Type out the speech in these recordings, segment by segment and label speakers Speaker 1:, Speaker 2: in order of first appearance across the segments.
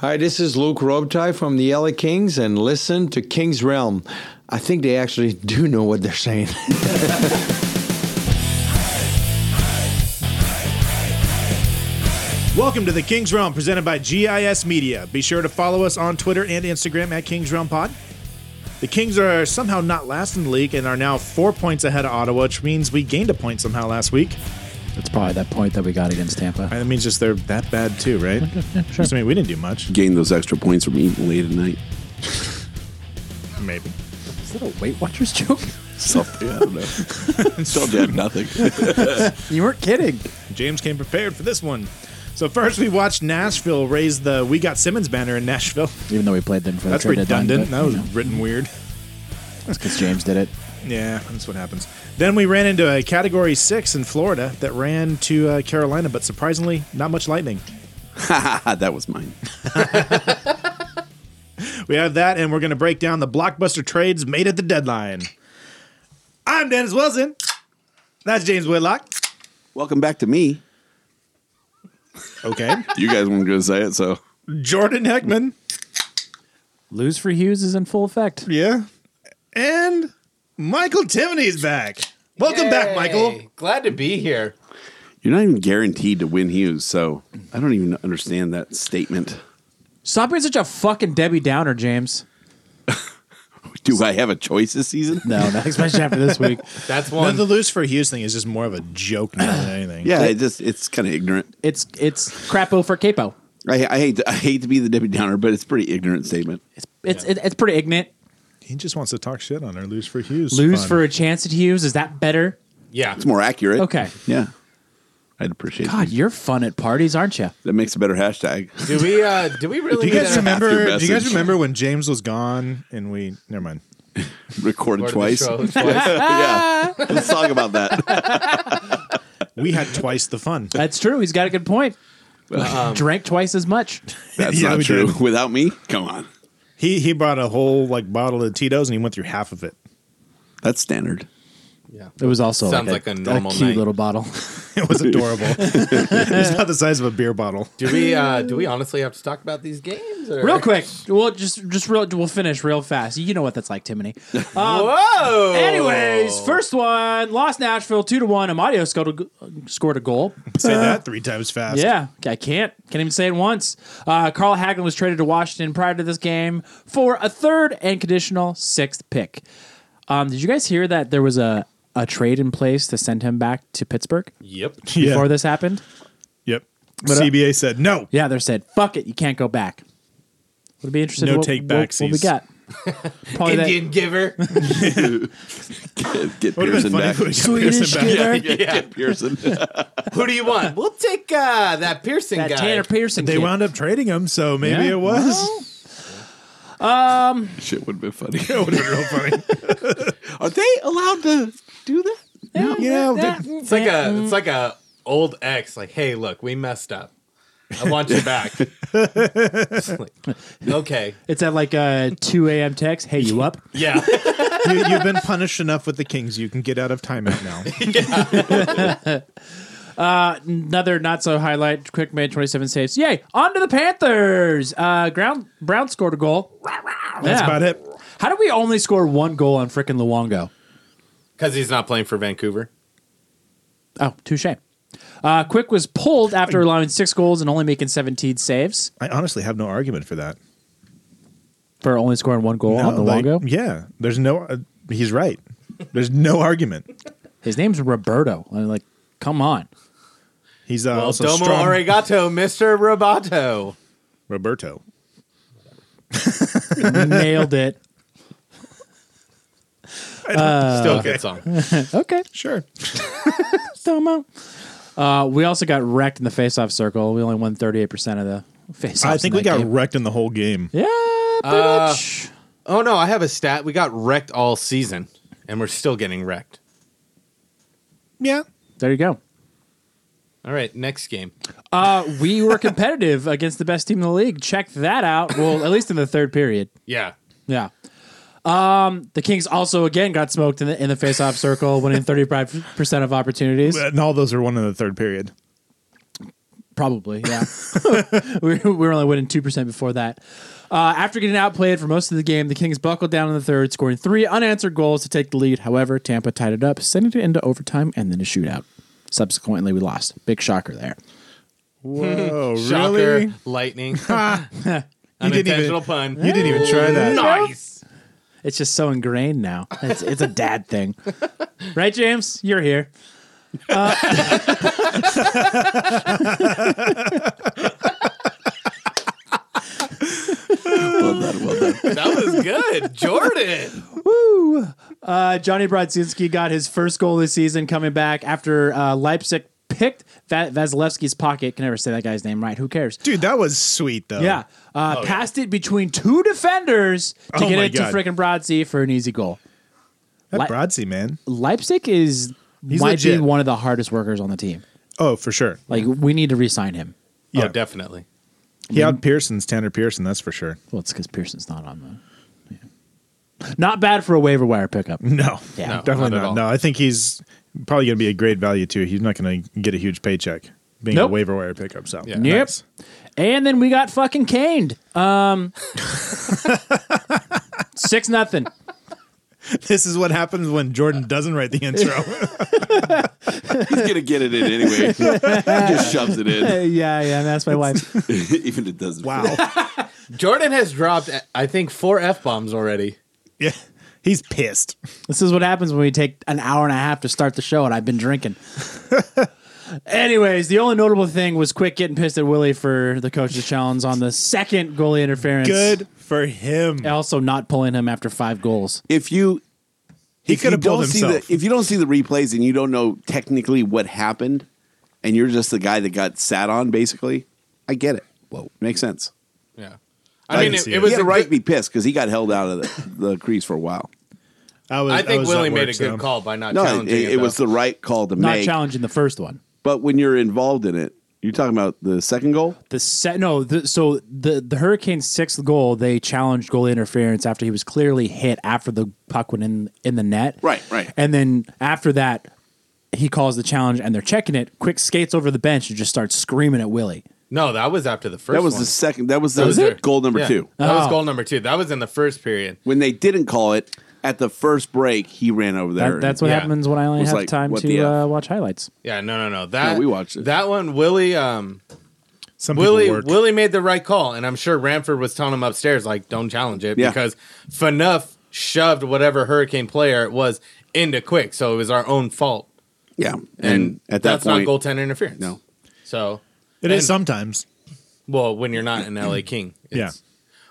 Speaker 1: Hi, this is Luke Robitaille from the LA Kings, and listen to King's Realm. I think they actually do know what they're saying.
Speaker 2: Welcome to the King's Realm, presented by GIS Media. Be sure to follow us on Twitter and Instagram at King's Realm Pod. The Kings are somehow not last in the league and are now four points ahead of Ottawa, which means we gained a point somehow last week.
Speaker 3: It's probably that point that we got against Tampa.
Speaker 2: And that means just they're that bad too, right? I mean, we didn't do much.
Speaker 4: gain those extra points from eating late at night.
Speaker 2: Maybe.
Speaker 3: Is that a Weight Watchers joke?
Speaker 4: Something I don't know. Still did nothing.
Speaker 3: You weren't kidding.
Speaker 2: James came prepared for this one. So first we watched Nashville raise the We Got Simmons banner in Nashville.
Speaker 3: Even though we played them for
Speaker 2: That's
Speaker 3: the trade deadline,
Speaker 2: redundant.
Speaker 3: but,
Speaker 2: That was
Speaker 3: you know,
Speaker 2: written weird.
Speaker 3: it's 'cause James did it.
Speaker 2: Yeah, that's what happens. Then we ran into a Category 6 in Florida that ran to uh, Carolina, but surprisingly, not much lightning.
Speaker 4: that was mine.
Speaker 2: We have that, and we're going to break down the blockbuster trades made at the deadline. I'm Dennis Wilson. That's James Whitlock.
Speaker 4: Welcome back to me.
Speaker 2: Okay.
Speaker 4: You guys weren't going to say it, so
Speaker 2: Jordan Heckman.
Speaker 3: Lose for Hughes is in full effect.
Speaker 2: Yeah. And Michael Timoney's back. Welcome back, Michael.
Speaker 5: Glad to be here.
Speaker 4: you're not even guaranteed to win Hughes. So I don't even understand that statement.
Speaker 3: Stop being such a fucking Debbie Downer, James.
Speaker 4: Do I have a choice this season?
Speaker 3: No, not especially after this week.
Speaker 5: That's
Speaker 2: No,
Speaker 5: one.
Speaker 2: the lose for Hughes thing is just more of a joke now than anything.
Speaker 4: Yeah, it just it's kind of ignorant.
Speaker 3: It's it's crapo for capo.
Speaker 4: I, I hate to, I hate to be the Debbie Downer, but it's a pretty ignorant statement.
Speaker 3: It's it's it- it's pretty ignorant.
Speaker 2: He just wants to talk shit on her. Lose for Hughes.
Speaker 3: Lose
Speaker 2: Fun.
Speaker 3: for a chance at Hughes is that better?
Speaker 5: yeah.
Speaker 4: It's more accurate.
Speaker 3: Okay.
Speaker 4: Yeah, I'd appreciate.
Speaker 3: God,
Speaker 4: it.
Speaker 3: you're fun at parties, aren't you?
Speaker 4: That makes a better hashtag.
Speaker 5: Do we uh do we really
Speaker 2: Do you
Speaker 5: need
Speaker 2: guys
Speaker 5: to
Speaker 4: That's your
Speaker 2: remember? Do you guys
Speaker 4: message.
Speaker 2: remember when James was gone and we? Never mind.
Speaker 4: Recorded
Speaker 5: record the
Speaker 4: twice.
Speaker 5: show twice?
Speaker 4: yeah, let's talk about that.
Speaker 2: We had twice the fun.
Speaker 3: That's true. He's got a good point.
Speaker 5: um,
Speaker 3: Drank twice as much.
Speaker 4: That's
Speaker 2: Yeah,
Speaker 4: not
Speaker 2: we
Speaker 4: true.
Speaker 2: did.
Speaker 4: Without me, come on.
Speaker 2: He he brought a whole like bottle of Tito's and he went through half of it.
Speaker 4: That's standard.
Speaker 3: It was also
Speaker 5: Sounds
Speaker 3: like,
Speaker 5: like a
Speaker 3: a,
Speaker 5: normal
Speaker 3: cute
Speaker 5: night.
Speaker 3: little bottle.
Speaker 2: It was adorable. it's about the size of a beer bottle.
Speaker 5: do we uh do we honestly have to talk about these games? Or?
Speaker 3: real quick. Well, just just real. We'll finish real fast. You know what that's like, Timony.
Speaker 5: Whoa.
Speaker 3: Anyways, first one lost Nashville two to one. Amadio scored a, scored a goal.
Speaker 2: Say that three times fast.
Speaker 3: Yeah, I can't can't even say it once. Uh, Carl Hagelin was traded to Washington prior to this game for a third and conditional sixth pick. Um, did you guys hear that there was a a trade in place to send him back to Pittsburgh
Speaker 5: Yep.
Speaker 2: Yeah.
Speaker 3: before this happened?
Speaker 2: Yep.
Speaker 3: uh,
Speaker 2: CBA said no.
Speaker 3: Yeah, they said fuck it, you can't go back. Would be interested.
Speaker 2: No
Speaker 3: what,
Speaker 2: take
Speaker 3: what, what we
Speaker 2: backsies.
Speaker 3: got? Probably that-
Speaker 5: Indian giver.
Speaker 4: Get, get
Speaker 2: Would have
Speaker 4: Pearson
Speaker 2: been funny
Speaker 4: back.
Speaker 2: if we got Pearson back.
Speaker 4: Get, get Pearson.
Speaker 5: Who do you want? We'll take uh that Pearson
Speaker 3: that
Speaker 5: guy.
Speaker 3: Tanner Pearson.
Speaker 2: They
Speaker 3: kid.
Speaker 2: wound up trading him, so maybe
Speaker 3: Yeah. Um,
Speaker 2: it was.
Speaker 4: Shit would have been funny.
Speaker 2: That would have been real funny.
Speaker 4: Are they allowed to do that?
Speaker 2: you know,
Speaker 3: Yeah.
Speaker 5: It's like a it's like a old ex. Like, hey, look, we messed up. I want you back. It's like, okay.
Speaker 3: It's at like a 2 a.m. text. Hey, you up?
Speaker 5: Yeah.
Speaker 2: you, you've been punished enough with the Kings. You can get out of timeout now.
Speaker 3: Another not so highlight. Quick made 27 saves. Yay! On to the Panthers. Uh, Ground Brown scored a goal.
Speaker 2: That's about it.
Speaker 3: How did we only score one goal on frickin' Luongo?
Speaker 5: Because he's not playing for Vancouver.
Speaker 3: Oh, touche. Uh, Quick was pulled after allowing six goals and only making 17 saves
Speaker 2: I honestly have no argument for that.
Speaker 3: for only scoring one goal on
Speaker 2: No,
Speaker 3: the
Speaker 2: like,
Speaker 3: logo.
Speaker 2: Yeah, there's no. Uh, he's right. There's no argument.
Speaker 3: His name's Roberto. I'm like, come on.
Speaker 2: He's uh,
Speaker 5: Well,
Speaker 2: also
Speaker 5: domo
Speaker 2: strong.
Speaker 5: arigato, Mr. Roboto.
Speaker 2: Roberto.
Speaker 3: Nailed it. Uh,
Speaker 5: Still a good song.
Speaker 3: Okay.
Speaker 2: Sure.
Speaker 3: Domo. Uh, we also got wrecked in the face-off circle. We only won 38% of the face-offs.
Speaker 2: I think
Speaker 3: in
Speaker 2: we
Speaker 3: that
Speaker 2: got
Speaker 3: game.
Speaker 2: wrecked in the whole game.
Speaker 3: Yeah, pretty
Speaker 5: Uh,
Speaker 3: much.
Speaker 5: Oh no, I have a stat. We got wrecked all season, and we're still getting wrecked.
Speaker 2: Yeah.
Speaker 3: There you go.
Speaker 5: All right, next game.
Speaker 3: Uh, we were competitive against the best team in the league. Check that out. Well, at least in the third period.
Speaker 5: Yeah,
Speaker 3: Yeah. Um, the Kings also again got smoked in the in the face-off circle, winning 35% of opportunities.
Speaker 2: And all those are one in the third period.
Speaker 3: Probably, yeah. we, we were only winning 2% before that. Uh, after getting outplayed for most of the game, the Kings buckled down in the third, scoring three unanswered goals to take the lead. However, Tampa tied it up, sending it into overtime and then a shootout. Subsequently, we lost. Big shocker there.
Speaker 2: Whoa,
Speaker 5: shocker,
Speaker 2: really?
Speaker 5: lightning,
Speaker 2: You didn't
Speaker 5: unintentional
Speaker 2: even.
Speaker 5: pun.
Speaker 2: You didn't even try that.
Speaker 5: nice.
Speaker 3: It's just so ingrained now. It's, it's a dad thing. Right, James? You're here.
Speaker 5: That was good, Jordan.
Speaker 3: Uh, Johnny Brodzinski got his first goal this season coming back after uh, Leipzig picked Va- Vasilevsky's pocket. Can never say that guy's name right. Who cares?
Speaker 2: Dude, that was sweet though.
Speaker 3: Yeah. Uh, passed it between two defenders to
Speaker 2: Oh
Speaker 3: get
Speaker 2: my
Speaker 3: it
Speaker 2: God.
Speaker 3: to freaking Brodsey for an easy goal.
Speaker 2: That
Speaker 3: Li-
Speaker 2: Brodsey, man.
Speaker 3: Leipzig is
Speaker 2: He's
Speaker 3: might
Speaker 2: legit.
Speaker 3: be one of the hardest workers on the team.
Speaker 2: Oh, for sure.
Speaker 3: Like we need to re-sign him.
Speaker 2: Yeah.
Speaker 5: Oh, definitely.
Speaker 2: He out Pearson's Tanner Pearson, that's for sure.
Speaker 3: Well, it's because Pearson's not on the. Yeah. Not bad for a waiver wire pickup.
Speaker 2: No,
Speaker 3: Yeah. No,
Speaker 2: definitely
Speaker 5: not at
Speaker 2: not.
Speaker 5: all.
Speaker 2: No, I think he's probably going to be a great value too. He's not going to get a huge paycheck being
Speaker 3: Nope.
Speaker 2: a waiver wire pickup. So
Speaker 5: Yeah.
Speaker 3: Yep. And then we got fucking caned. Um, six nothing.
Speaker 2: this is what happens when Jordan doesn't write the intro.
Speaker 4: He's gonna get it in anyway. he just shoves it in,
Speaker 3: yeah, yeah. That's my wife.
Speaker 4: even if it doesn't.
Speaker 2: wow.
Speaker 5: Jordan has dropped, I think, four f bombs already.
Speaker 2: yeah, he's pissed.
Speaker 3: This is what happens when we take an hour and a half to start the show, and I've been drinking. Anyways, the only notable thing was quick getting pissed at Willie for the coach's challenge on the second goalie interference.
Speaker 2: Good for him.
Speaker 3: Also, not pulling him after five goals.
Speaker 4: If you
Speaker 2: He
Speaker 4: if
Speaker 2: could
Speaker 4: you
Speaker 2: have pulled
Speaker 4: don't see the
Speaker 2: himself.
Speaker 4: if you don't see the replays and you don't know technically what happened, and you're just the guy that got sat on, basically, I get it. Whoa, makes sense.
Speaker 5: Yeah,
Speaker 2: I
Speaker 5: I mean,
Speaker 2: can
Speaker 5: it,
Speaker 2: see
Speaker 5: it
Speaker 2: it.
Speaker 4: he
Speaker 5: was
Speaker 4: had
Speaker 5: the
Speaker 4: a right to
Speaker 5: right.
Speaker 4: be pissed because he got held out of the, the crease for a while.
Speaker 2: I, was,
Speaker 5: I think
Speaker 2: was
Speaker 5: Willie
Speaker 2: at
Speaker 5: made a
Speaker 2: work,
Speaker 5: good
Speaker 2: so-
Speaker 5: call by not
Speaker 4: No, it,
Speaker 5: challenging it.
Speaker 4: it was
Speaker 5: though.
Speaker 4: the right call to
Speaker 3: Not
Speaker 4: make.
Speaker 3: challenging the first one.
Speaker 4: But when you're involved in it, you're talking about the second goal.
Speaker 3: The set no, the, so the the Hurricanes' sixth goal, they challenged goalie interference after he was clearly hit after the puck went in in the net.
Speaker 4: Right, right.
Speaker 3: And then after that, he calls the challenge, and they're checking it. Quick skates over the bench and just starts screaming at Willie.
Speaker 5: no, that was after the first.
Speaker 4: That was
Speaker 5: one.
Speaker 4: the second. That was the
Speaker 5: That was their-
Speaker 4: goal number
Speaker 5: yeah,
Speaker 4: two.
Speaker 5: That was
Speaker 3: Oh.
Speaker 5: goal number two. That was in the first period.
Speaker 4: When they didn't call it at the first break, he ran over there.
Speaker 3: That,
Speaker 4: and-
Speaker 3: that's what
Speaker 5: Yeah.
Speaker 3: happens when I only
Speaker 4: Was
Speaker 3: have
Speaker 4: like,
Speaker 3: time
Speaker 4: what the F?
Speaker 3: to uh, watch highlights.
Speaker 5: Yeah, no, no, no. That
Speaker 4: No, we watched it.
Speaker 5: That one, Willie. Um,
Speaker 2: Some people
Speaker 5: Willie
Speaker 2: work.
Speaker 5: Willie made the right call, and I'm sure Ramford was telling him upstairs, like, don't challenge it
Speaker 4: Yeah.
Speaker 5: because Fanuff shoved whatever Hurricane player it was into quick, so it was our own fault.
Speaker 4: yeah. And,
Speaker 5: And,
Speaker 4: at that
Speaker 5: that's
Speaker 4: point,
Speaker 5: not goaltender interference.
Speaker 4: No.
Speaker 5: So
Speaker 2: It
Speaker 5: and-
Speaker 2: is sometimes.
Speaker 5: well, when you're not an LA
Speaker 4: Mm-hmm.
Speaker 5: King.
Speaker 2: Yeah.
Speaker 5: it's-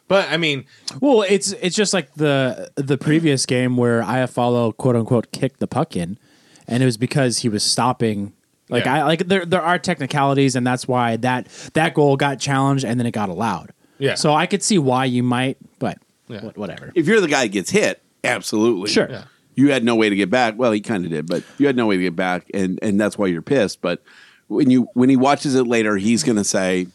Speaker 5: But I mean,
Speaker 3: Well, it's it's just like the the previous game where Iafallo quote unquote kicked the puck in, and it was because he was stopping. Like
Speaker 5: Yeah.
Speaker 3: I like there there are technicalities, and that's why that that goal got challenged and then it got allowed.
Speaker 5: Yeah.
Speaker 3: So I could see why you might, but
Speaker 5: Yeah.
Speaker 3: wha- whatever.
Speaker 4: if you're the guy that gets hit, absolutely.
Speaker 3: Sure.
Speaker 5: Yeah.
Speaker 4: You had no way to get back. Well, he kind of did, but you had no way to get back, and and that's why you're pissed. But when you when he watches it later, he's going to say,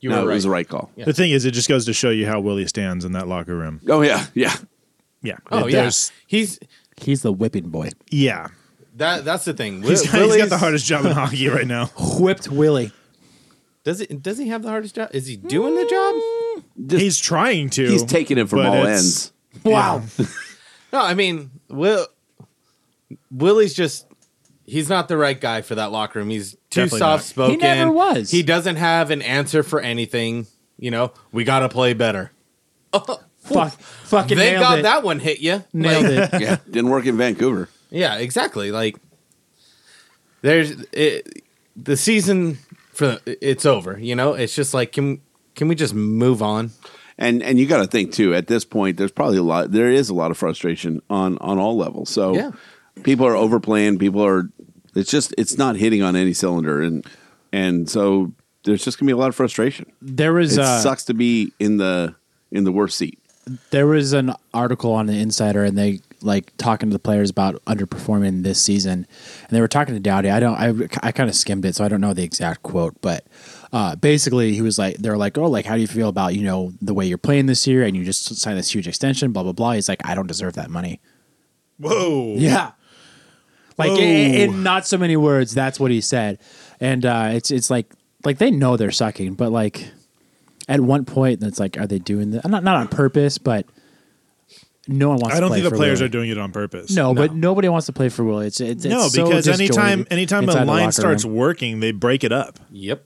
Speaker 5: you
Speaker 4: "No,
Speaker 5: were
Speaker 4: it
Speaker 5: right.
Speaker 4: was the right call."
Speaker 2: The thing is, it just goes to show you how Willie stands in that locker room.
Speaker 4: Oh yeah, yeah.
Speaker 2: Yeah.
Speaker 5: Oh
Speaker 2: It-
Speaker 5: yeah,
Speaker 2: there's-
Speaker 5: he's
Speaker 3: He's the whipping boy,
Speaker 2: Yeah.
Speaker 5: that. That's the thing. Wi-
Speaker 2: He's got, he's got the
Speaker 5: Willie's-
Speaker 2: hardest job in hockey right now.
Speaker 3: whipped Willie.
Speaker 5: Does it? Does he have the hardest job? Is he doing the job?
Speaker 2: He's trying to.
Speaker 4: He's taking it from
Speaker 2: but
Speaker 4: all
Speaker 2: it's-
Speaker 4: ends.
Speaker 3: Wow.
Speaker 5: No, I mean, Will Willie's just
Speaker 2: he's not the right guy for that locker room. He's too
Speaker 5: Definitely not.
Speaker 2: soft spoken.
Speaker 3: He never was.
Speaker 2: He doesn't have an answer for anything. You know, we got to play better.
Speaker 3: Fuck, fucking
Speaker 2: Thank
Speaker 3: nailed
Speaker 2: God
Speaker 3: it.
Speaker 2: that one hit you.
Speaker 3: nailed it.
Speaker 4: yeah, didn't work in Vancouver.
Speaker 2: Yeah, exactly. Like there's it, the season for it's over. You know, it's just like can can we just move on?
Speaker 4: And and you got to think too. At this point, there's probably a lot. There is a lot of frustration on on all levels. So
Speaker 2: Yeah.
Speaker 4: people are overplaying. People are. It's just it's not hitting on any cylinder, and and so there's just gonna be a lot of frustration.
Speaker 3: There was
Speaker 4: It
Speaker 3: uh,
Speaker 4: sucks to be in the in the worst seat.
Speaker 3: there was an article on the Insider, and they like talking to the players about underperforming this season, and they were talking to Dowdy. I don't, I, I kind of skimmed it, so I don't know the exact quote, but uh, basically he was like, they're like, oh, like how do you feel about you know the way you're playing this year, and you just signed this huge extension, blah blah blah. He's like, I don't deserve that money.
Speaker 5: Whoa.
Speaker 3: Yeah. Like i-
Speaker 5: Whoa.
Speaker 3: i- in not so many words, that's what he said, and uh, it's it's like like they know they're sucking, but like at one point, it's like, are they doing that? Not not on purpose, but no one wants.
Speaker 5: I
Speaker 3: to
Speaker 5: don't
Speaker 3: play
Speaker 5: think the
Speaker 3: for
Speaker 5: players
Speaker 3: Willie.
Speaker 5: are doing it on purpose.
Speaker 3: No, but nobody wants to play for Willie. It's, it's, it's
Speaker 5: no,
Speaker 3: so
Speaker 5: because anytime
Speaker 3: disjointed
Speaker 5: anytime a
Speaker 3: inside the
Speaker 5: line
Speaker 3: locker
Speaker 5: starts
Speaker 3: room.
Speaker 5: working, they break it up,
Speaker 2: Yep.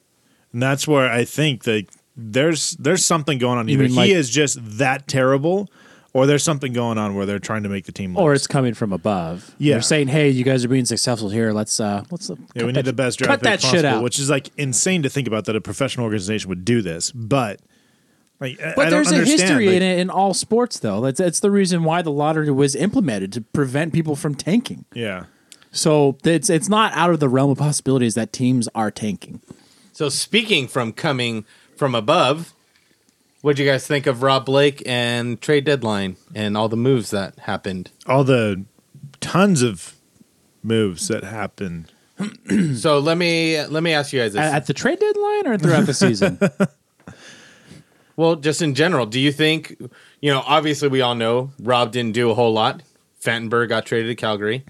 Speaker 5: and that's where I think that there's there's something going on.
Speaker 3: You
Speaker 5: Either
Speaker 3: mean
Speaker 5: he
Speaker 3: like-
Speaker 5: is just that terrible, or there's something going on where they're trying to make the team. Lose.
Speaker 3: or it's coming from above.
Speaker 5: Yeah.
Speaker 3: they're saying, "Hey, you guys are being successful here. Let's uh, let's uh,
Speaker 5: yeah,
Speaker 3: cut that-
Speaker 5: we need the best draft
Speaker 3: cut
Speaker 5: pick
Speaker 3: that
Speaker 5: possible,
Speaker 3: shit out."
Speaker 5: which is like insane to think about that a professional organization would do this, but. Like, I-
Speaker 3: But
Speaker 5: I
Speaker 3: there's
Speaker 5: don't
Speaker 3: a
Speaker 5: understand.
Speaker 3: history
Speaker 5: like-
Speaker 3: in it in all sports, though. That's that's the reason why the lottery was implemented to prevent people from tanking.
Speaker 5: Yeah.
Speaker 3: So it's it's not out of the realm of possibilities that teams are tanking.
Speaker 2: So speaking from coming from above, what'd you guys think of Rob Blake and trade deadline and all the moves that happened?
Speaker 5: all the tons of moves that happened.
Speaker 2: So let me let me ask you guys this.
Speaker 3: At, at the trade deadline or throughout the season?
Speaker 2: Well, just in general, do you think, you know, obviously we all know Rob didn't do a whole lot. Fantenberg got traded to Calgary.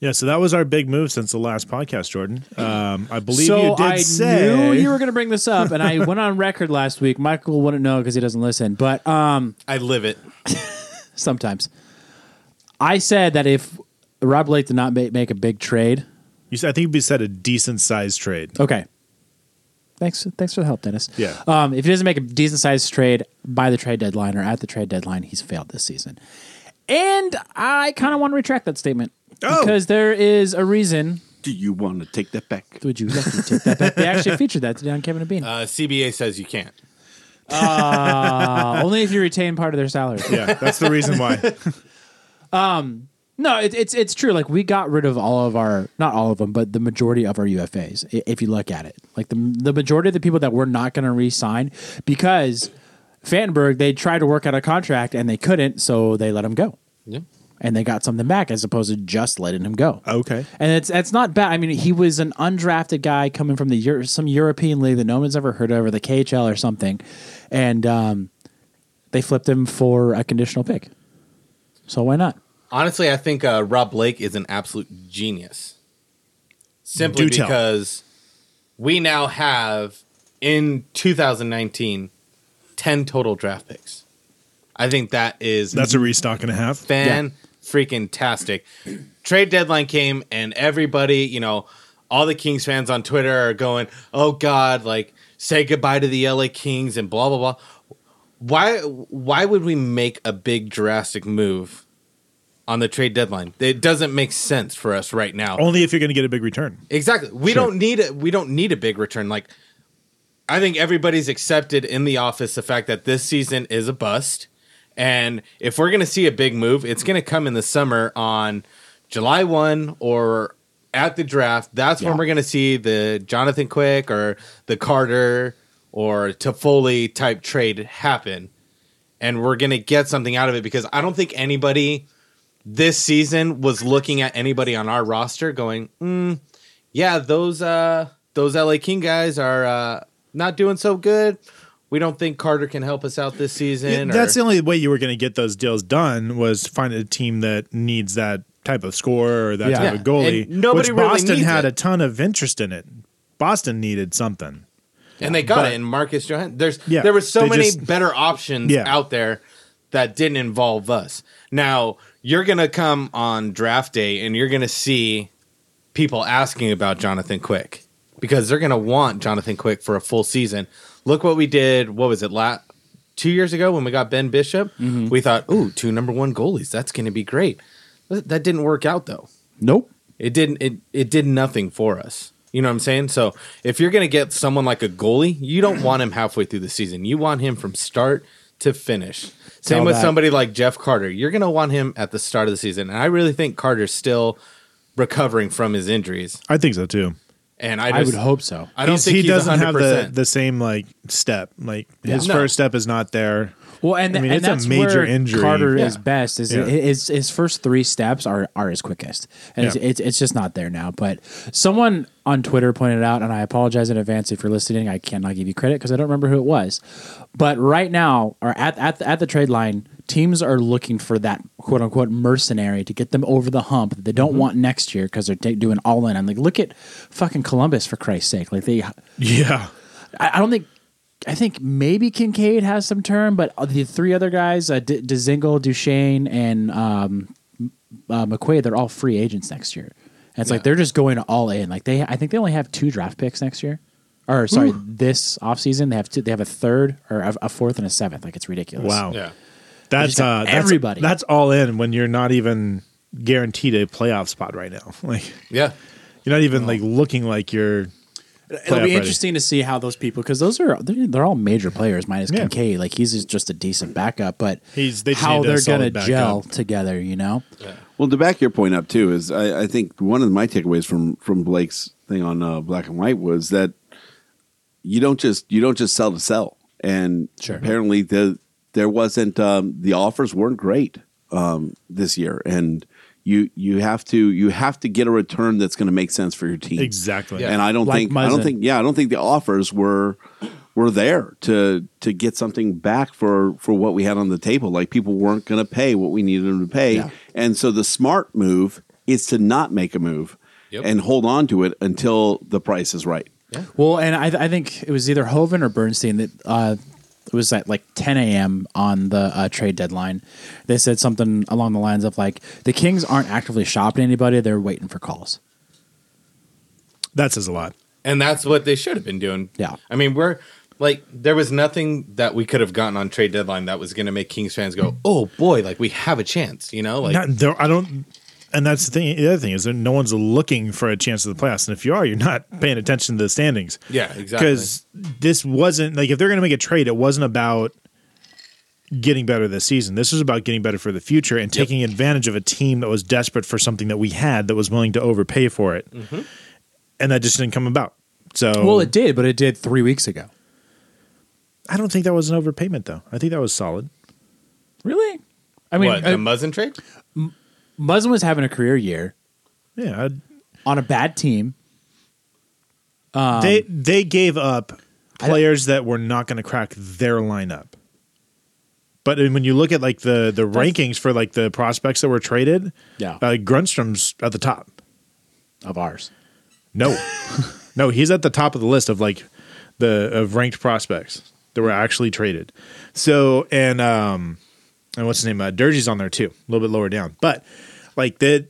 Speaker 5: Yeah, so that was our big move since the last podcast, Jordan. Um, I believe
Speaker 3: so
Speaker 5: you did
Speaker 3: I
Speaker 5: say
Speaker 3: knew you were going to bring this up, and I went on record last week. Michael wouldn't know because he doesn't listen, but um,
Speaker 2: I live it.
Speaker 3: sometimes I said that if Rob Blake did not make, make a big trade,
Speaker 5: you said I think you said a decent sized trade.
Speaker 3: okay. Thanks, thanks for the help, Dennis.
Speaker 5: Yeah.
Speaker 3: Um, if he doesn't make a decent sized trade by the trade deadline or at the trade deadline, he's failed this season. And I kind of want to retract that statement
Speaker 5: Oh.
Speaker 3: because there is a reason
Speaker 4: Do you want to take that back?
Speaker 3: Would you like to take that back? They actually featured that today on Kevin and Bean.
Speaker 2: Uh, CBA says you can't.
Speaker 3: Uh, only if you retain part of their salary.
Speaker 5: Yeah, that's the reason why.
Speaker 3: No, it, it's it's true. Like we got rid of all of our, not all of them, but the majority of our UFAs. i- If you look at it, like the the majority of the people that we're not going to re-sign because Fantenberg, they tried to work out a contract and they couldn't, so they let him go.
Speaker 2: Yeah.
Speaker 3: and they got something back as opposed to just letting him go.
Speaker 5: Okay.
Speaker 3: And it's that's not bad. I mean, he was an undrafted guy coming from the Euro, some European league that no one's ever heard of, or the KHL or something, and um, they flipped him for a conditional pick. So why not?
Speaker 2: Honestly, I think uh, Rob Blake is an absolute genius. Simply
Speaker 5: Do tell.
Speaker 2: because we now have in 2019 10 total draft picks. I think that is
Speaker 5: That's a restock and a half.
Speaker 2: fan freaking tastic. Trade deadline came and everybody, you know, all the Kings fans on Twitter are going, "Oh God, like say goodbye to the LA Kings and blah blah blah." Why why would we make a big drastic move on the trade deadline? It doesn't make sense for us right now.
Speaker 5: Only if you're going to get a big return.
Speaker 2: Exactly. We don't need a we don't need a big return. Like I think everybody's accepted in the office the fact that this season is a bust. And if we're gonna see a big move, it's gonna come in the summer on July one or at the draft. That's when we're gonna see the Jonathan Quick or the Carter or Toffoli type trade happen. And we're gonna get something out of it because I don't think anybody this season was looking at anybody on our roster going, "Hmm, yeah, those uh those LA King guys are uh not doing so good. We don't think Carter can help us out this season.
Speaker 5: That's the
Speaker 2: or,
Speaker 5: only way you were going to get those deals done was find a team that needs that type of scorer or that
Speaker 3: Yeah.
Speaker 5: type of goalie.
Speaker 2: And nobody
Speaker 5: which
Speaker 2: really
Speaker 5: Boston
Speaker 2: needs
Speaker 5: had
Speaker 2: it.
Speaker 5: a ton of interest in it. Boston needed something.
Speaker 2: and they got
Speaker 5: but-
Speaker 2: it in Marcus Johan. There's
Speaker 5: Yeah,
Speaker 2: there were so
Speaker 5: they
Speaker 2: many
Speaker 5: just-
Speaker 2: better options
Speaker 5: Yeah.
Speaker 2: out there that didn't involve us. Now you're gonna come on draft day and you're gonna see
Speaker 5: people asking about Jonathan Quick because they're going to want Jonathan Quick for a full season. Look what we did. What was it? La- two years ago when we got Ben Bishop, we thought, "Ooh, two number one goalies. That's going to be great." Th- That didn't work out though.
Speaker 3: Nope.
Speaker 5: It didn't. It it did nothing for us. You know what I'm saying? So if you're going to get someone like a goalie, you don't want him halfway through the season. You want him from start to finish. Same
Speaker 3: Tell
Speaker 5: with
Speaker 3: that.
Speaker 5: somebody like Jeff Carter. You're going to want him at the start of the season. And I really think Carter's still recovering from his injuries.
Speaker 2: I think so too.
Speaker 5: And I,
Speaker 3: I
Speaker 5: just,
Speaker 3: would hope so.
Speaker 5: I don't
Speaker 2: He's-
Speaker 5: think
Speaker 2: he
Speaker 5: he's
Speaker 2: doesn't
Speaker 5: 100%.
Speaker 2: have the, the same like step. Like his
Speaker 5: No.
Speaker 2: first step is not there.
Speaker 3: Well, and,
Speaker 2: I mean,
Speaker 3: and
Speaker 2: it's a
Speaker 3: that's
Speaker 2: major
Speaker 3: where
Speaker 2: injury.
Speaker 3: Carter
Speaker 2: Yeah.
Speaker 3: is best. Is
Speaker 2: Yeah.
Speaker 3: his his first three steps are are his quickest, and it's,
Speaker 2: Yeah.
Speaker 3: it's it's just not there now. But someone on Twitter pointed out, and I apologize in advance if you're listening. I cannot give you credit because I don't remember who it was. But right now, or at at the, at the trade line, teams are looking for that quote unquote mercenary to get them over the hump that they don't
Speaker 2: Mm-hmm.
Speaker 3: want next year because they're ta- doing all in. I'm like, look at fucking Columbus for Christ's sake! Like they
Speaker 2: Yeah.
Speaker 3: I, I don't think. I think maybe Kincaid has some term, but the three other guys, uh, D- Dezingle, Duchesne, and um, uh, McQuaid, they're all free agents next year. And it's like they're just going all in. Like they, I think they only have two draft picks next year, or sorry, this offseason. they have two. They have a third or a, a fourth and a seventh. Like it's ridiculous.
Speaker 2: Wow.
Speaker 5: Yeah.
Speaker 2: That's
Speaker 3: just got
Speaker 2: uh, that's-
Speaker 3: everybody.
Speaker 2: That's, all in when you're not even guaranteed a playoff spot right now. Like
Speaker 5: Yeah.
Speaker 2: you're not even like looking like you're.
Speaker 3: It'll
Speaker 2: playoff
Speaker 3: be
Speaker 2: ready.
Speaker 3: interesting to see how those people, because those are they're, they're all major players, minus
Speaker 2: Yeah.
Speaker 3: Kincaid. Like he's just a decent backup, but
Speaker 2: He's- they just
Speaker 3: how
Speaker 2: need a
Speaker 3: they're gonna
Speaker 2: solid backup.
Speaker 3: gel together, you know?
Speaker 4: Well, to back your point up too is I, I think one of my takeaways from from Blake's thing on uh, black and white was that you don't just you don't just sell to sell, and
Speaker 3: Sure.
Speaker 4: apparently the there wasn't um, the offers weren't great um, this year, and you you have to you have to get a return that's going to make sense for your team
Speaker 2: Exactly.
Speaker 4: and I don't
Speaker 3: Like
Speaker 4: think I don't
Speaker 3: Muzzin.
Speaker 4: think yeah I don't think the offers were were there to to get something back for for what we had on the table. Like people weren't going to pay what we needed them to pay,
Speaker 3: Yeah.
Speaker 4: and so the smart move is to not make a move
Speaker 5: Yep.
Speaker 4: and hold on to it until the price is right.
Speaker 3: Well, and I, I think it was either Hovind or Bernstein that uh, it was at like 10 a.m. on the uh, trade deadline. They said something along the lines of like the Kings aren't actively shopping anybody; they're waiting for calls.
Speaker 2: That says a lot.
Speaker 5: And that's what they should have been doing.
Speaker 3: Yeah.
Speaker 5: I mean, we're like, there was nothing that we could have gotten on trade deadline that was going to make Kings fans go, oh boy, like we have a chance, you know? Like,
Speaker 2: Not, there, I don't. And that's the thing. The other thing is that no one's looking for a chance to the playoffs. And if you are, you're not paying attention to the standings.
Speaker 5: yeah, exactly.
Speaker 2: Because this wasn't like if they're going to make a trade, it wasn't about getting better this season. This was about getting better for the future and taking advantage of a team that was desperate for something that we had that was willing to overpay for it, and that just didn't come about. So
Speaker 3: Mm-hmm.
Speaker 5: Oh.
Speaker 3: Well, it did, but it did three weeks ago.
Speaker 2: I don't think that was an overpayment though. I think that was solid.
Speaker 3: Really? I mean,
Speaker 5: what, the
Speaker 3: uh,
Speaker 5: Muzzin trade?
Speaker 3: Muzzin was having a career year
Speaker 2: Yeah, I'd-
Speaker 3: on a bad team.
Speaker 2: they they gave up
Speaker 3: Um, I don't-
Speaker 2: players that were not going to crack their lineup. But I mean, when you look at like the the rankings for like the prospects that were traded,
Speaker 3: Yeah.
Speaker 2: uh, Grunstrom's at the top.
Speaker 3: of ours.
Speaker 2: No, no, he's at the top of the list of like the of ranked prospects that were actually traded. So and um and what's his name? Uh, Durgee's on there too, a little bit lower down. But like the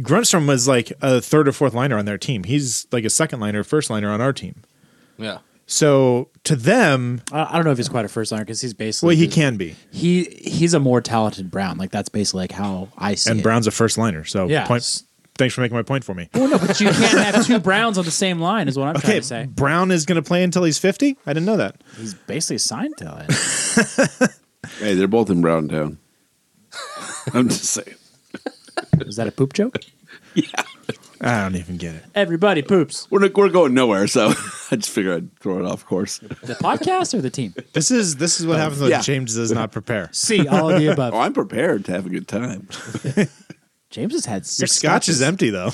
Speaker 2: Grunstrom was like a third or fourth liner on their team. He's like a second liner, first liner on our team.
Speaker 5: Yeah.
Speaker 2: So to them,
Speaker 3: I, I don't know if he's quite a first liner because he's basically
Speaker 2: well, he can be,
Speaker 3: he he's a more talented Brown. Like that's basically like how I see
Speaker 2: and
Speaker 3: it.
Speaker 2: Brown's a first liner. So
Speaker 3: Yeah.
Speaker 2: point. Thanks for making my point for me.
Speaker 3: Well, no, but you can't have two Browns on the same line, is what I'm trying
Speaker 2: Okay,
Speaker 3: to say.
Speaker 2: Brown is going to play until he's fifty. I didn't know that.
Speaker 3: He's basically signed to it.
Speaker 4: Hey, they're both in Brown Town. I'm just saying.
Speaker 3: Is that a poop joke?
Speaker 2: I don't even get it.
Speaker 3: Everybody poops.
Speaker 4: We're, we're going nowhere, so I just figured I'd throw it off course.
Speaker 3: The podcast or the team?
Speaker 2: This is this
Speaker 5: Oh,
Speaker 2: is what happens when
Speaker 4: yeah.
Speaker 2: James does not prepare.
Speaker 3: See, all of the above.
Speaker 4: Oh, I'm prepared to have a good time.
Speaker 3: James has had six.
Speaker 2: Your scotch is
Speaker 3: scotches.
Speaker 2: empty though.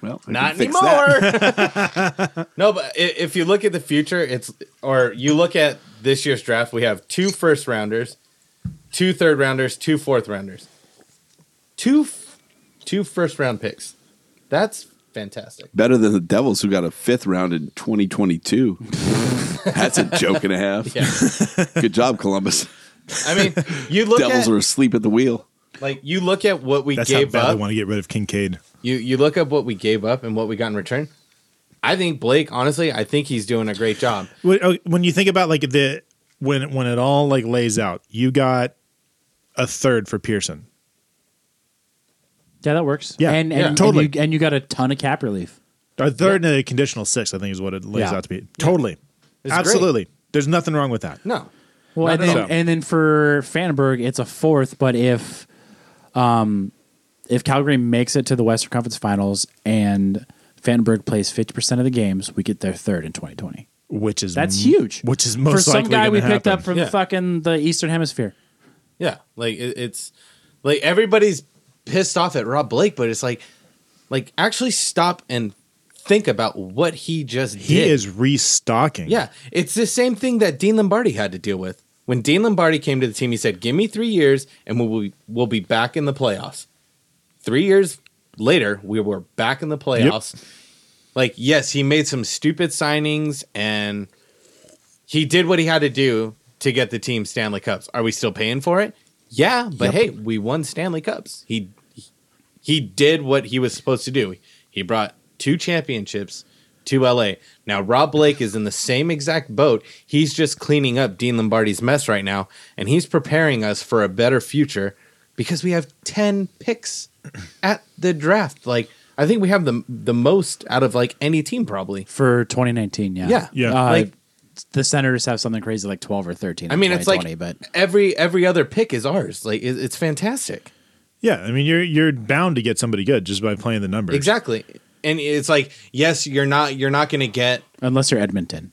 Speaker 4: Well, I can
Speaker 5: Not
Speaker 4: fix that.
Speaker 5: anymore. no, but i- if you look at the future, it's or you look at this year's draft, we have two first rounders, two third rounders, two fourth rounders, two f- two first round picks. That's fantastic.
Speaker 4: better than the Devils, who got a fifth round in 2022. That's a joke and a half.
Speaker 5: Yeah,
Speaker 4: Good job, Columbus.
Speaker 5: I mean, you look
Speaker 4: Devils
Speaker 5: at
Speaker 4: were asleep at the wheel.
Speaker 5: Like you look at what we
Speaker 2: That's how
Speaker 5: gave
Speaker 2: bad they
Speaker 5: up.
Speaker 2: want to get rid of Kincaid.
Speaker 5: You you look up what we gave up and what we got in return. I think Blake, honestly, I think he's doing a great job.
Speaker 2: Wh- uh, When you think about like the when when it all like lays out, you got a third for Pearson.
Speaker 3: Yeah, that works.
Speaker 2: Yeah,
Speaker 3: and, and
Speaker 2: yeah,
Speaker 3: and
Speaker 2: totally.
Speaker 3: you, and you got a ton of cap relief.
Speaker 2: A third and a conditional six, I think, is what it lays
Speaker 3: Yeah.
Speaker 2: out to be. Totally,
Speaker 5: It's
Speaker 2: absolutely. There's nothing wrong with that.
Speaker 5: No.
Speaker 3: Well,
Speaker 5: Not
Speaker 3: and
Speaker 5: at
Speaker 3: then,
Speaker 5: all.
Speaker 3: and then for Fannenberg, it's a fourth. But if, um, if Calgary makes it to the Western Conference Finals and Fannenberg plays fifty percent of the games, we get their third in twenty twenty.
Speaker 2: Which is
Speaker 3: That's huge.
Speaker 2: Mm-hmm. Which is most
Speaker 3: for some
Speaker 2: likely
Speaker 3: guy
Speaker 2: gonna
Speaker 3: we picked
Speaker 2: happen.
Speaker 3: up from
Speaker 5: Yeah.
Speaker 3: fucking the Eastern Hemisphere.
Speaker 5: Yeah, like it, it's like everybody's pissed off at Rob Blake, but it's like, like actually stop and think about what he just
Speaker 2: He
Speaker 5: did.
Speaker 2: is restocking.
Speaker 5: Yeah, it's the same thing that Dean Lombardi had to deal with when Dean Lombardi came to the team. He said, "Give me three years, and we'll be, we'll be back in the playoffs." Three years later, we were back in the playoffs. Like, yes, he made some stupid signings, and he did what he had to do to get the team Stanley Cups. Are we still paying for it? Yeah, but hey, we won Stanley Cups. He he did what he was supposed to do. He brought two championships to LA. Now Rob Blake is in the same exact boat. He's just cleaning up Dean Lombardi's mess right now, and he's preparing us for a better future because we have ten picks at the draft. Like I think we have the the most out of like any team probably.
Speaker 3: for 2019. Yeah,
Speaker 5: Yeah.
Speaker 2: Yeah.
Speaker 3: Uh,
Speaker 5: Like-
Speaker 3: the Senators have something crazy like 12 or 13.
Speaker 5: I
Speaker 3: in
Speaker 5: mean, it's like
Speaker 3: 2020, but
Speaker 5: every every other pick is ours. Like it, it's fantastic.
Speaker 2: yeah. I mean, you're you're bound to get somebody good just by playing the numbers.
Speaker 5: Exactly. And it's like, yes, you're not you're not going to get
Speaker 3: unless you're Edmonton,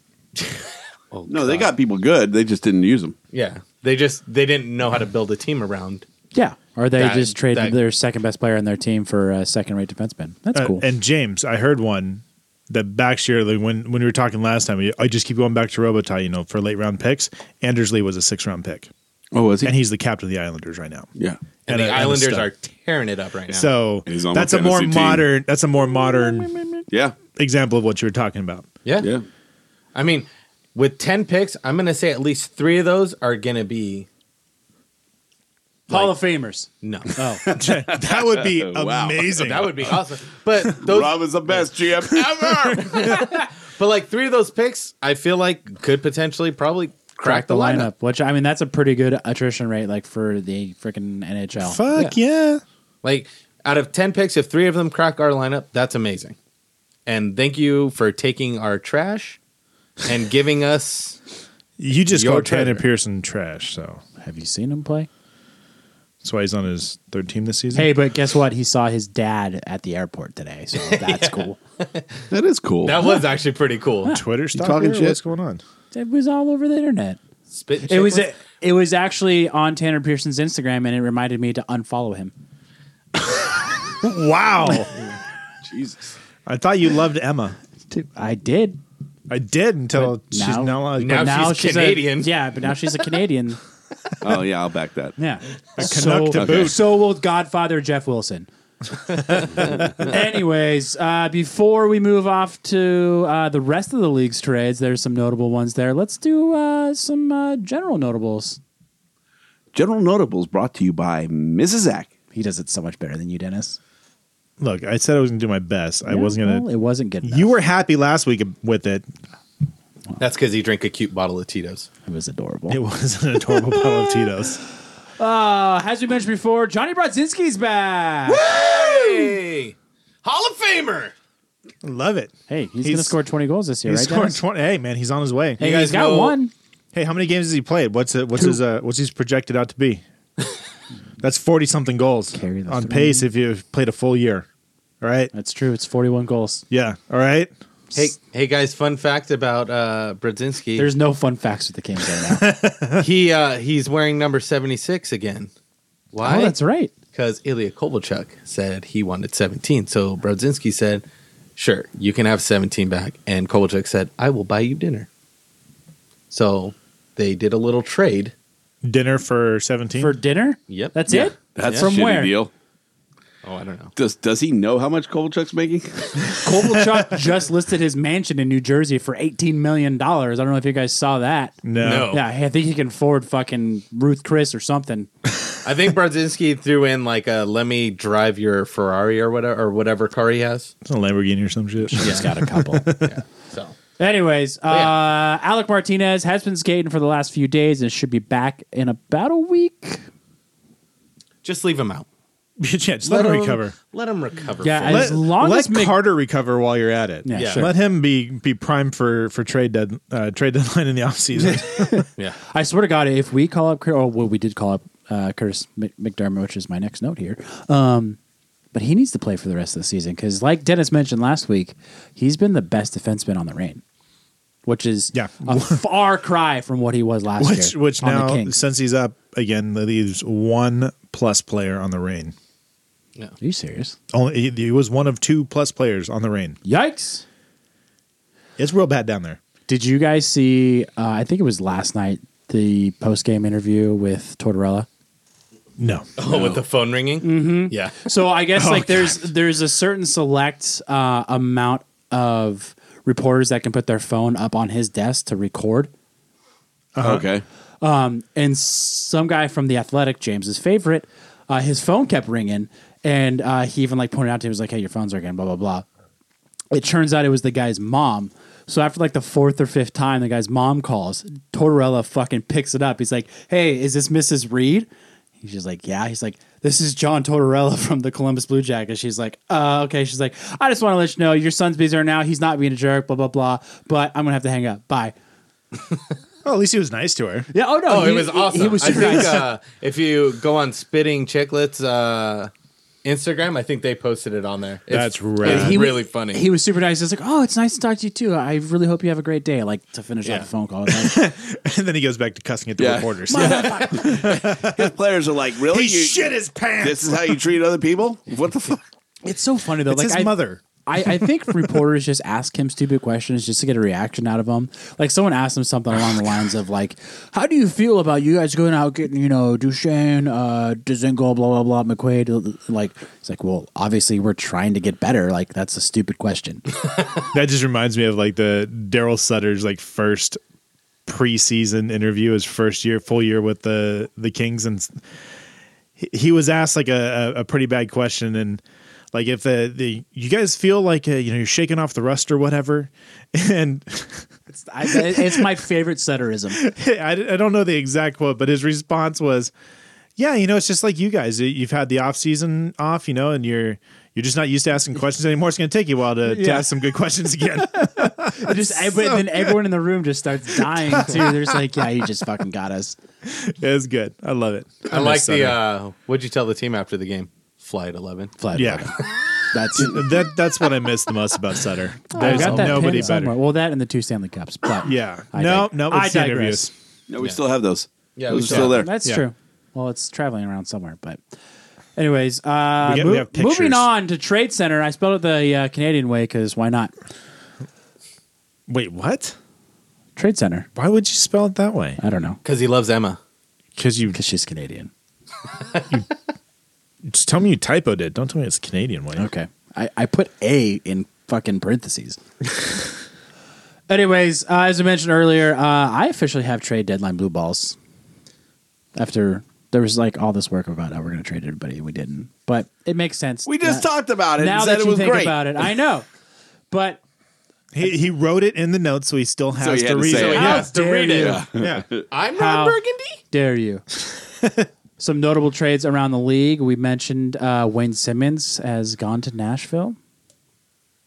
Speaker 4: No, they got people good. They just didn't use them.
Speaker 5: yeah. They just they didn't know how to build a team around.
Speaker 3: yeah, or they
Speaker 5: That-
Speaker 3: just traded
Speaker 5: that-
Speaker 3: their second best player on their team for a second rate defenseman. That's
Speaker 2: Uh,
Speaker 3: cool.
Speaker 2: And James, I heard one that back year like when when we were talking last time. I just keep going back to Robitaille. You know, for late round picks, Anders Lee was a six round pick,
Speaker 4: Oh, was he?
Speaker 2: and he's the captain of the Islanders right now.
Speaker 4: yeah.
Speaker 5: And, the
Speaker 2: a-
Speaker 5: Islanders
Speaker 2: stud.
Speaker 5: are tearing it up right now.
Speaker 2: So
Speaker 4: He's on my
Speaker 2: that's a more
Speaker 4: fantasy team.
Speaker 2: modern. That's a more modern
Speaker 4: Yeah.
Speaker 2: example of what you were talking about.
Speaker 5: yeah.
Speaker 4: Yeah.
Speaker 5: I mean, with 10 picks, I'm going to say at least 3 of those are going to be
Speaker 3: Hall of Famers.
Speaker 5: no.
Speaker 2: that would be
Speaker 4: Wow.
Speaker 2: amazing.
Speaker 5: that would be awesome. But those
Speaker 4: Rob is the best GM ever.
Speaker 5: but like 3 of those picks, I feel like could potentially probably crack, the, lineup.
Speaker 3: which I mean, that's a pretty good attrition rate, like for the freaking NHL.
Speaker 2: Fuck yeah.
Speaker 5: Like out of 10 picks, if three of them crack our lineup, that's amazing. And thank you for taking our trash and giving us.
Speaker 2: You just
Speaker 5: Your
Speaker 2: called Tanner
Speaker 5: treasure.
Speaker 2: Pearson trash, so
Speaker 3: Have you seen him play?
Speaker 2: that's why he's on his third team this season.
Speaker 3: Hey, but guess what? He saw his dad at the airport today, so that's cool.
Speaker 4: that is cool.
Speaker 5: That was actually pretty cool.
Speaker 2: Twitter stalker,
Speaker 4: talking shit?
Speaker 2: what's going on?
Speaker 3: It was all over the internet.
Speaker 5: Spit and
Speaker 3: It was
Speaker 5: chicklets.
Speaker 3: it was actually on Tanner Pearson's Instagram, and it reminded me to unfollow him.
Speaker 2: Wow,
Speaker 4: Jesus.
Speaker 2: I thought you loved Emma.
Speaker 3: I did.
Speaker 2: I did until
Speaker 3: But
Speaker 2: she's
Speaker 3: now-
Speaker 2: not allowed.
Speaker 5: Now
Speaker 3: But
Speaker 5: she's Canadian.
Speaker 3: A, yeah, but now she's a Canadian.
Speaker 4: Oh yeah, I'll back that.
Speaker 3: Yeah.
Speaker 2: Canuck to boot.
Speaker 3: so will Godfather Jeff Wilson. Anyways, uh, before we move off to uh, the rest of the league's trades, there's some notable ones there. Let's do uh, some uh, general notables.
Speaker 4: General Notables brought to you by Mrs. Zach.
Speaker 3: He does it so much better than you, Dennis.
Speaker 2: Look, I said I was gonna do my best. I
Speaker 3: Yeah,
Speaker 2: wasn't gonna.
Speaker 3: well, it wasn't good. Enough.
Speaker 2: you were happy last week with it.
Speaker 5: That's because he drank a cute bottle of Tito's.
Speaker 3: It was adorable.
Speaker 2: It was an adorable bottle of Tito's.
Speaker 3: Uh, as we mentioned before, Johnny Brodzinski's back.
Speaker 5: Hey! Hall of Famer!
Speaker 2: Love it.
Speaker 3: Hey, he's,
Speaker 2: He's-
Speaker 3: gonna score 20 goals this year,
Speaker 2: He
Speaker 3: right?
Speaker 2: scored
Speaker 3: Dennis?
Speaker 2: twenty. Hey man, he's on his way.
Speaker 3: Hey,
Speaker 2: Hey,
Speaker 5: You
Speaker 3: he's
Speaker 5: guys
Speaker 3: got
Speaker 5: know-
Speaker 3: one.
Speaker 2: how many games has he played? What's it, what's his uh, what's he's projected out to be? That's forty something goals
Speaker 3: Carry the
Speaker 2: on
Speaker 3: three.
Speaker 2: pace if you played a full year. All right.
Speaker 3: That's true. It's 41 goals.
Speaker 2: Yeah. All right.
Speaker 5: Hey, hey guys, fun fact about uh, Brodzinski.
Speaker 3: There's no fun facts with the Kings right now.
Speaker 5: he uh, he's wearing number 76 again. Why?
Speaker 3: oh, that's right.
Speaker 5: because Ilya Kovalchuk said he wanted 17. So Brodzinski said, "Sure, you can have 17 back." And Kovalchuk said, "I will buy you dinner." So they did a little trade.
Speaker 2: Dinner for seventeen.
Speaker 3: For dinner?
Speaker 5: Yep.
Speaker 3: That's
Speaker 5: Yeah.
Speaker 3: it?
Speaker 4: That's
Speaker 3: From
Speaker 4: a shitty
Speaker 3: where?
Speaker 4: deal.
Speaker 5: Oh, I don't know.
Speaker 4: Does does he know how much Kovalchuk's making?
Speaker 3: Kovalchuk just listed his mansion in New Jersey for $18 million. I don't know if you guys saw that.
Speaker 2: no.
Speaker 5: No.
Speaker 3: Yeah, I think he can afford fucking Ruth Chris or something.
Speaker 5: I think Brzezinski threw in like a "Let me drive your Ferrari" or whatever or whatever car he has.
Speaker 2: It's a Lamborghini or some shit.
Speaker 3: He's got a couple.
Speaker 5: So
Speaker 3: Anyways,
Speaker 5: Oh,
Speaker 3: uh,
Speaker 5: yeah.
Speaker 3: Alec Martinez has been skating for the last few days and should be back in about a week.
Speaker 5: just leave him out.
Speaker 2: yeah, just let, him recover.
Speaker 5: Let him recover.
Speaker 3: Yeah,
Speaker 5: fully.
Speaker 3: I- As
Speaker 2: Let,
Speaker 3: long
Speaker 2: let
Speaker 3: as Mc-
Speaker 2: Carter recover while you're at it.
Speaker 3: Yeah,
Speaker 5: Yeah.
Speaker 3: sure.
Speaker 2: Let him be be primed for for trade dead, uh, trade deadline in the offseason.
Speaker 5: yeah.
Speaker 3: I swear to God, if we call up, Cur- oh, well, we did call up uh, Curtis Mc- McDermott, which is my next note here. Um, but he needs to play for the rest of the season because, like Dennis mentioned last week, he's been the best defenseman on the rain, which is
Speaker 2: Yeah.
Speaker 3: a far cry from what he was last
Speaker 2: which
Speaker 3: year.
Speaker 2: which
Speaker 3: on the
Speaker 2: now
Speaker 3: Kings.
Speaker 2: since he's up again leaves one plus player on the rain.
Speaker 3: Are you serious?
Speaker 2: Only he, he was one of two plus players on the rain.
Speaker 3: Yikes!
Speaker 2: It's real bad down there.
Speaker 3: Did you guys see? Uh, I think it was last night the post game interview with Tortorella.
Speaker 2: No,
Speaker 5: Oh, with the phone ringing. Mm-hmm. Yeah.
Speaker 3: So I guess like there's there's a certain select uh, amount of reporters that can put their phone up on his desk to record.
Speaker 4: Okay.
Speaker 3: and some guy from the athletic james's favorite uh, his phone kept ringing and uh, he even like pointed out to him he was like hey your phone's ringing blah blah blah it turns out it was the guy's mom so after like the fourth or fifth time the guy's mom calls tortorella fucking picks it up he's like hey is this mrs reed he's just like yeah he's like this is john tortorella from the columbus blue jackets she's like uh, okay she's like i just want to let you know your son's busy right now he's not being a jerk blah blah blah but i'm gonna have to hang up bye
Speaker 2: well, at least he was nice to her.
Speaker 3: yeah oh no
Speaker 5: Oh,
Speaker 3: he-
Speaker 5: it was
Speaker 3: he-
Speaker 5: awesome.
Speaker 3: he was
Speaker 5: I
Speaker 3: super
Speaker 5: think
Speaker 3: nice.
Speaker 5: uh, if you go on Spitting Chicklets uh, Instagram, I think they posted it on there. It's,
Speaker 2: That's rad.
Speaker 5: It's
Speaker 3: He
Speaker 5: really
Speaker 3: was,
Speaker 5: funny.
Speaker 3: He was super nice. He's like, "Oh, it's nice to talk to you too. I really hope you have a great day." Like to finish off
Speaker 5: Yeah.
Speaker 3: the phone call. I was like,
Speaker 2: and then he goes back to cussing at the
Speaker 4: Yeah.
Speaker 2: reporters.
Speaker 4: His players are like, really?
Speaker 2: He
Speaker 4: You-
Speaker 2: shit his pants.
Speaker 4: This is how you treat other people? What the fuck?
Speaker 3: it's so funny though.
Speaker 2: it's
Speaker 3: like
Speaker 2: his
Speaker 3: I,
Speaker 2: mother.
Speaker 3: I, I think reporters just ask him stupid questions just to get a reaction out of him. Like someone asked him something along the lines of like, "How do you feel about you guys going out getting you know Duchesne, uh, Dzingel, blah blah blah, McQuaid?" Like it's like, well, obviously we're trying to get better. Like that's a stupid question.
Speaker 2: That just reminds me of like the Daryl Sutter's like first preseason interview, his first year, full year with the the Kings, and s- he, he was asked like a, a, a pretty bad question, and like if the, the you guys feel like uh, you know you're shaking off the rust or whatever, and
Speaker 3: I, it's my favorite setterism.
Speaker 2: I, I don't know the exact quote, but his response was, "Yeah, you know, it's just like you guys. You've had the off season off, you know, and you're." You're just not used to asking questions anymore. It's going to take you a while to, to
Speaker 3: Yeah.
Speaker 2: ask some good questions again.
Speaker 3: It just every- then everyone in the room just starts dying too. They're just like, yeah, you just fucking got us.
Speaker 2: it was good. I love it.
Speaker 5: I like
Speaker 2: miss
Speaker 5: the.
Speaker 2: Sutter.
Speaker 5: Uh, what'd you tell the team after the game? Flight eleven.
Speaker 3: Flat
Speaker 2: Yeah,
Speaker 3: that's
Speaker 2: that that's what I miss the most about Sutter.
Speaker 3: I
Speaker 2: There's
Speaker 3: got that nobody
Speaker 2: nobody better.
Speaker 3: Well, that and the two Stanley Cups. But
Speaker 2: Yeah.
Speaker 3: I
Speaker 2: no,
Speaker 3: dig-
Speaker 2: no.
Speaker 3: I
Speaker 2: It's the
Speaker 3: digress.
Speaker 2: interviews.
Speaker 4: No, we still have those.
Speaker 5: Yeah,
Speaker 4: those
Speaker 5: we
Speaker 4: are
Speaker 5: still
Speaker 4: still there.
Speaker 3: that's
Speaker 2: Yeah.
Speaker 3: true. Well, it's traveling around somewhere, but. Anyways, uh,
Speaker 2: We get-
Speaker 3: mo-
Speaker 2: we have pictures.
Speaker 3: moving on to Trade Center. I spelled it the uh, Canadian way because why not?
Speaker 2: Wait, what?
Speaker 3: Trade Center.
Speaker 2: Why would you spell it that way?
Speaker 3: I don't know
Speaker 5: Because he loves Emma.
Speaker 2: Because you
Speaker 3: because she's Canadian.
Speaker 2: just tell me you typo did. Don't tell me it's Canadian way.
Speaker 3: Okay. I, I put A in fucking parentheses. Anyways, uh, as I mentioned earlier, uh, I officially have trade deadline blue balls. After there was like all this work about how we're going to trade everybody, and we didn't. But it makes sense.
Speaker 4: We just
Speaker 3: now,
Speaker 4: talked about it
Speaker 3: now
Speaker 4: and
Speaker 3: that
Speaker 4: said
Speaker 3: you
Speaker 4: it was
Speaker 3: think
Speaker 4: great.
Speaker 3: about it. I know, but
Speaker 2: He, he wrote it in the notes, so he still has
Speaker 4: So he
Speaker 2: the
Speaker 4: had to
Speaker 2: reason.
Speaker 4: say it.
Speaker 3: how
Speaker 5: has to
Speaker 3: dare
Speaker 5: read it.
Speaker 3: you?
Speaker 2: Yeah.
Speaker 5: I'm
Speaker 3: How-
Speaker 5: not Burgundy.
Speaker 3: Dare you? Some notable trades around the league. We mentioned uh, Wayne Simmons has gone to Nashville,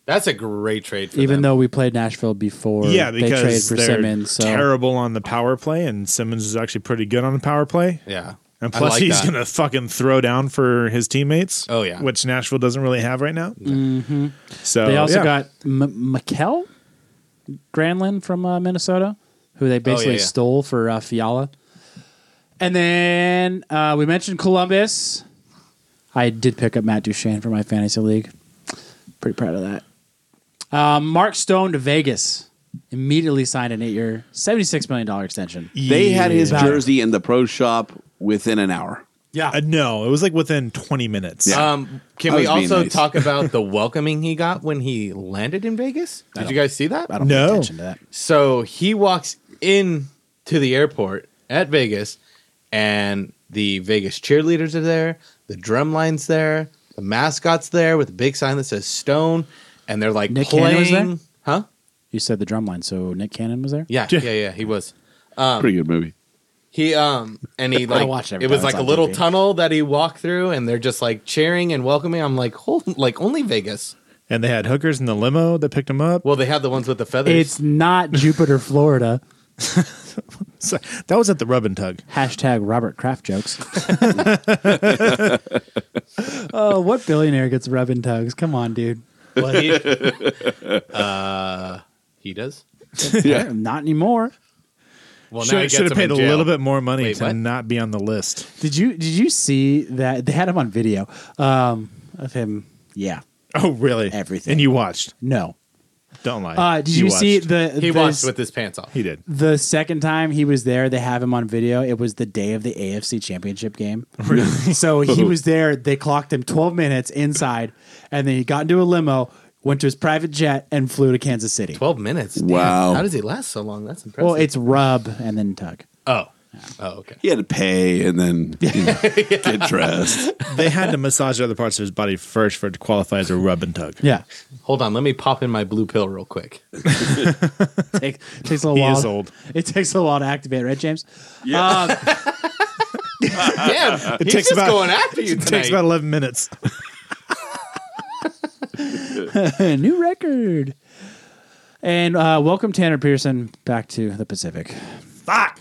Speaker 5: That's a great trade. For
Speaker 3: even
Speaker 5: them.
Speaker 3: though we played Nashville before.
Speaker 2: Yeah,
Speaker 3: they traded
Speaker 2: because
Speaker 3: for
Speaker 2: they're
Speaker 3: Simmons. So.
Speaker 2: terrible on the power play, and Simmons is actually pretty good on the power play.
Speaker 5: yeah,
Speaker 2: And
Speaker 5: I
Speaker 2: plus,
Speaker 5: like
Speaker 2: he's
Speaker 5: that.
Speaker 2: gonna fucking throw down for his teammates.
Speaker 5: Oh, yeah.
Speaker 2: which Nashville doesn't really have right now. So
Speaker 3: Mm-hmm. They also
Speaker 2: yeah.
Speaker 3: got M- Mikel Granlund from uh, Minnesota, who they basically
Speaker 5: Oh, yeah.
Speaker 3: stole for uh, Fiala. And then uh, we mentioned Columbus. I did pick up Matt Duchene for my fantasy league. Pretty proud of that. Um, Mark Stone to Vegas immediately signed an eight-year, seventy-six million dollar extension.
Speaker 4: They had his
Speaker 3: Yeah.
Speaker 4: jersey in the pro shop within an hour.
Speaker 2: Uh, no, it was like within 20 minutes.
Speaker 5: Um, can
Speaker 4: I
Speaker 5: we
Speaker 4: was being
Speaker 5: also
Speaker 4: nice.
Speaker 5: talk about the welcoming he got when he landed in Vegas? Did you guys see that?
Speaker 3: I don't
Speaker 2: No.
Speaker 3: pay attention to that.
Speaker 5: So he walks in to the airport at Vegas, and The Vegas cheerleaders are there. The drumline's there. The mascot's there with a big sign that says Stone, and they're like
Speaker 3: Nick Cannon
Speaker 5: playing.
Speaker 3: was there?
Speaker 5: Huh?
Speaker 3: You said the drumline, so Nick Cannon was there.
Speaker 5: Yeah, yeah, yeah, He was.
Speaker 4: Pretty good movie.
Speaker 5: He um and he like
Speaker 3: watch it every
Speaker 5: it was
Speaker 3: time
Speaker 5: like
Speaker 3: it's
Speaker 5: a
Speaker 3: on
Speaker 5: little
Speaker 3: TV.
Speaker 5: tunnel that he walked through, and they're just like cheering and welcoming. I'm like, whole, like only Vegas.
Speaker 2: And they had hookers in the limo that picked them up.
Speaker 5: Well, they had the ones with the feathers.
Speaker 3: It's not Jupiter, Florida.
Speaker 2: So that was at the rub and tug.
Speaker 3: Hashtag Robert Kraft jokes. oh, what billionaire gets rub and tugs? Come on, dude.
Speaker 5: he, uh, he does.
Speaker 4: Yeah.
Speaker 3: Not anymore.
Speaker 5: Well, he
Speaker 2: Should,
Speaker 5: gets
Speaker 2: should have
Speaker 5: them in
Speaker 2: paid a
Speaker 5: jail.
Speaker 2: little bit more money
Speaker 5: Wait,
Speaker 2: to
Speaker 5: what?
Speaker 2: not be on the list.
Speaker 3: Did you did you see that they had him on video um, of him? Yeah.
Speaker 2: Oh, really?
Speaker 3: Everything.
Speaker 2: And you watched?
Speaker 3: No.
Speaker 2: Don't lie.
Speaker 3: Uh, did you, see
Speaker 2: watched.
Speaker 3: the the,
Speaker 5: He watched with his pants off.
Speaker 2: He did.
Speaker 3: the second time he was there? They have him on video. It was the day of the AFC Championship game. so he was there. They clocked him 12 minutes inside, and then he got into a limo, went to his private jet, and flew to Kansas City.
Speaker 5: Twelve minutes. Damn.
Speaker 4: Wow.
Speaker 5: How does he last so long? That's impressive.
Speaker 3: Well, it's rub and then tug.
Speaker 5: oh, oh, okay.
Speaker 4: He had to pay and then you know, get dressed.
Speaker 2: They had to massage other parts of his body first for it to qualify as a rub and tug.
Speaker 3: Yeah,
Speaker 5: Hold on, let me pop in my blue pill real quick.
Speaker 3: Take, takes a little
Speaker 2: He
Speaker 3: while.
Speaker 2: is old.
Speaker 3: It takes a while to activate, right, James? Um,
Speaker 4: Yeah.
Speaker 5: Damn, Uh, he's
Speaker 2: takes
Speaker 5: just
Speaker 2: about-
Speaker 5: going after you
Speaker 2: It takes
Speaker 5: tonight.
Speaker 2: about 11 minutes.
Speaker 3: New record. And uh, welcome Tanner Pearson back to the Pacific.
Speaker 2: Fuck.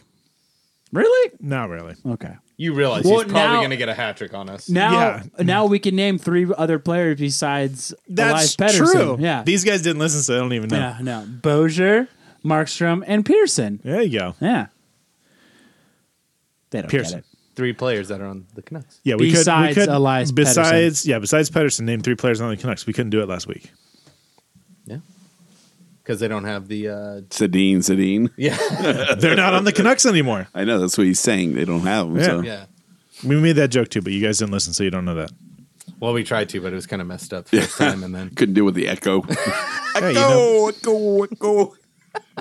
Speaker 3: Really?
Speaker 2: Not really.
Speaker 3: Okay.
Speaker 5: you realize
Speaker 3: Well,
Speaker 5: he's probably
Speaker 3: now-
Speaker 5: gonna get a hat trick on us.
Speaker 3: Now,
Speaker 2: Yeah.
Speaker 3: now we can name three other players besides
Speaker 2: That's
Speaker 3: Elias Pettersson.
Speaker 2: true.
Speaker 3: Yeah.
Speaker 2: These guys didn't listen, so they don't even know.
Speaker 3: yeah. No. Bozier, Markstrom, and Pearson.
Speaker 2: There you go.
Speaker 3: Yeah. They don't get
Speaker 2: Pearson.
Speaker 3: it.
Speaker 5: Three players that are on the Canucks.
Speaker 2: Yeah, we
Speaker 3: Besides
Speaker 2: could, we could,
Speaker 3: Elias
Speaker 2: besides yeah, besides Pedersen, name three players on the Canucks. We couldn't do it last week.
Speaker 5: Yeah, because they don't have the. uh
Speaker 4: Sedine, Sedine.
Speaker 5: Yeah,
Speaker 2: They're not on the Canucks anymore.
Speaker 4: I know that's what he's saying. They don't have him. So.
Speaker 5: yeah.
Speaker 2: We made that joke too, but you guys didn't listen, so you don't know that.
Speaker 5: Well, we tried to, but it was kind of messed up first time, and then
Speaker 4: Couldn't deal with the echo.
Speaker 2: Yeah, you know.
Speaker 4: echo, echo.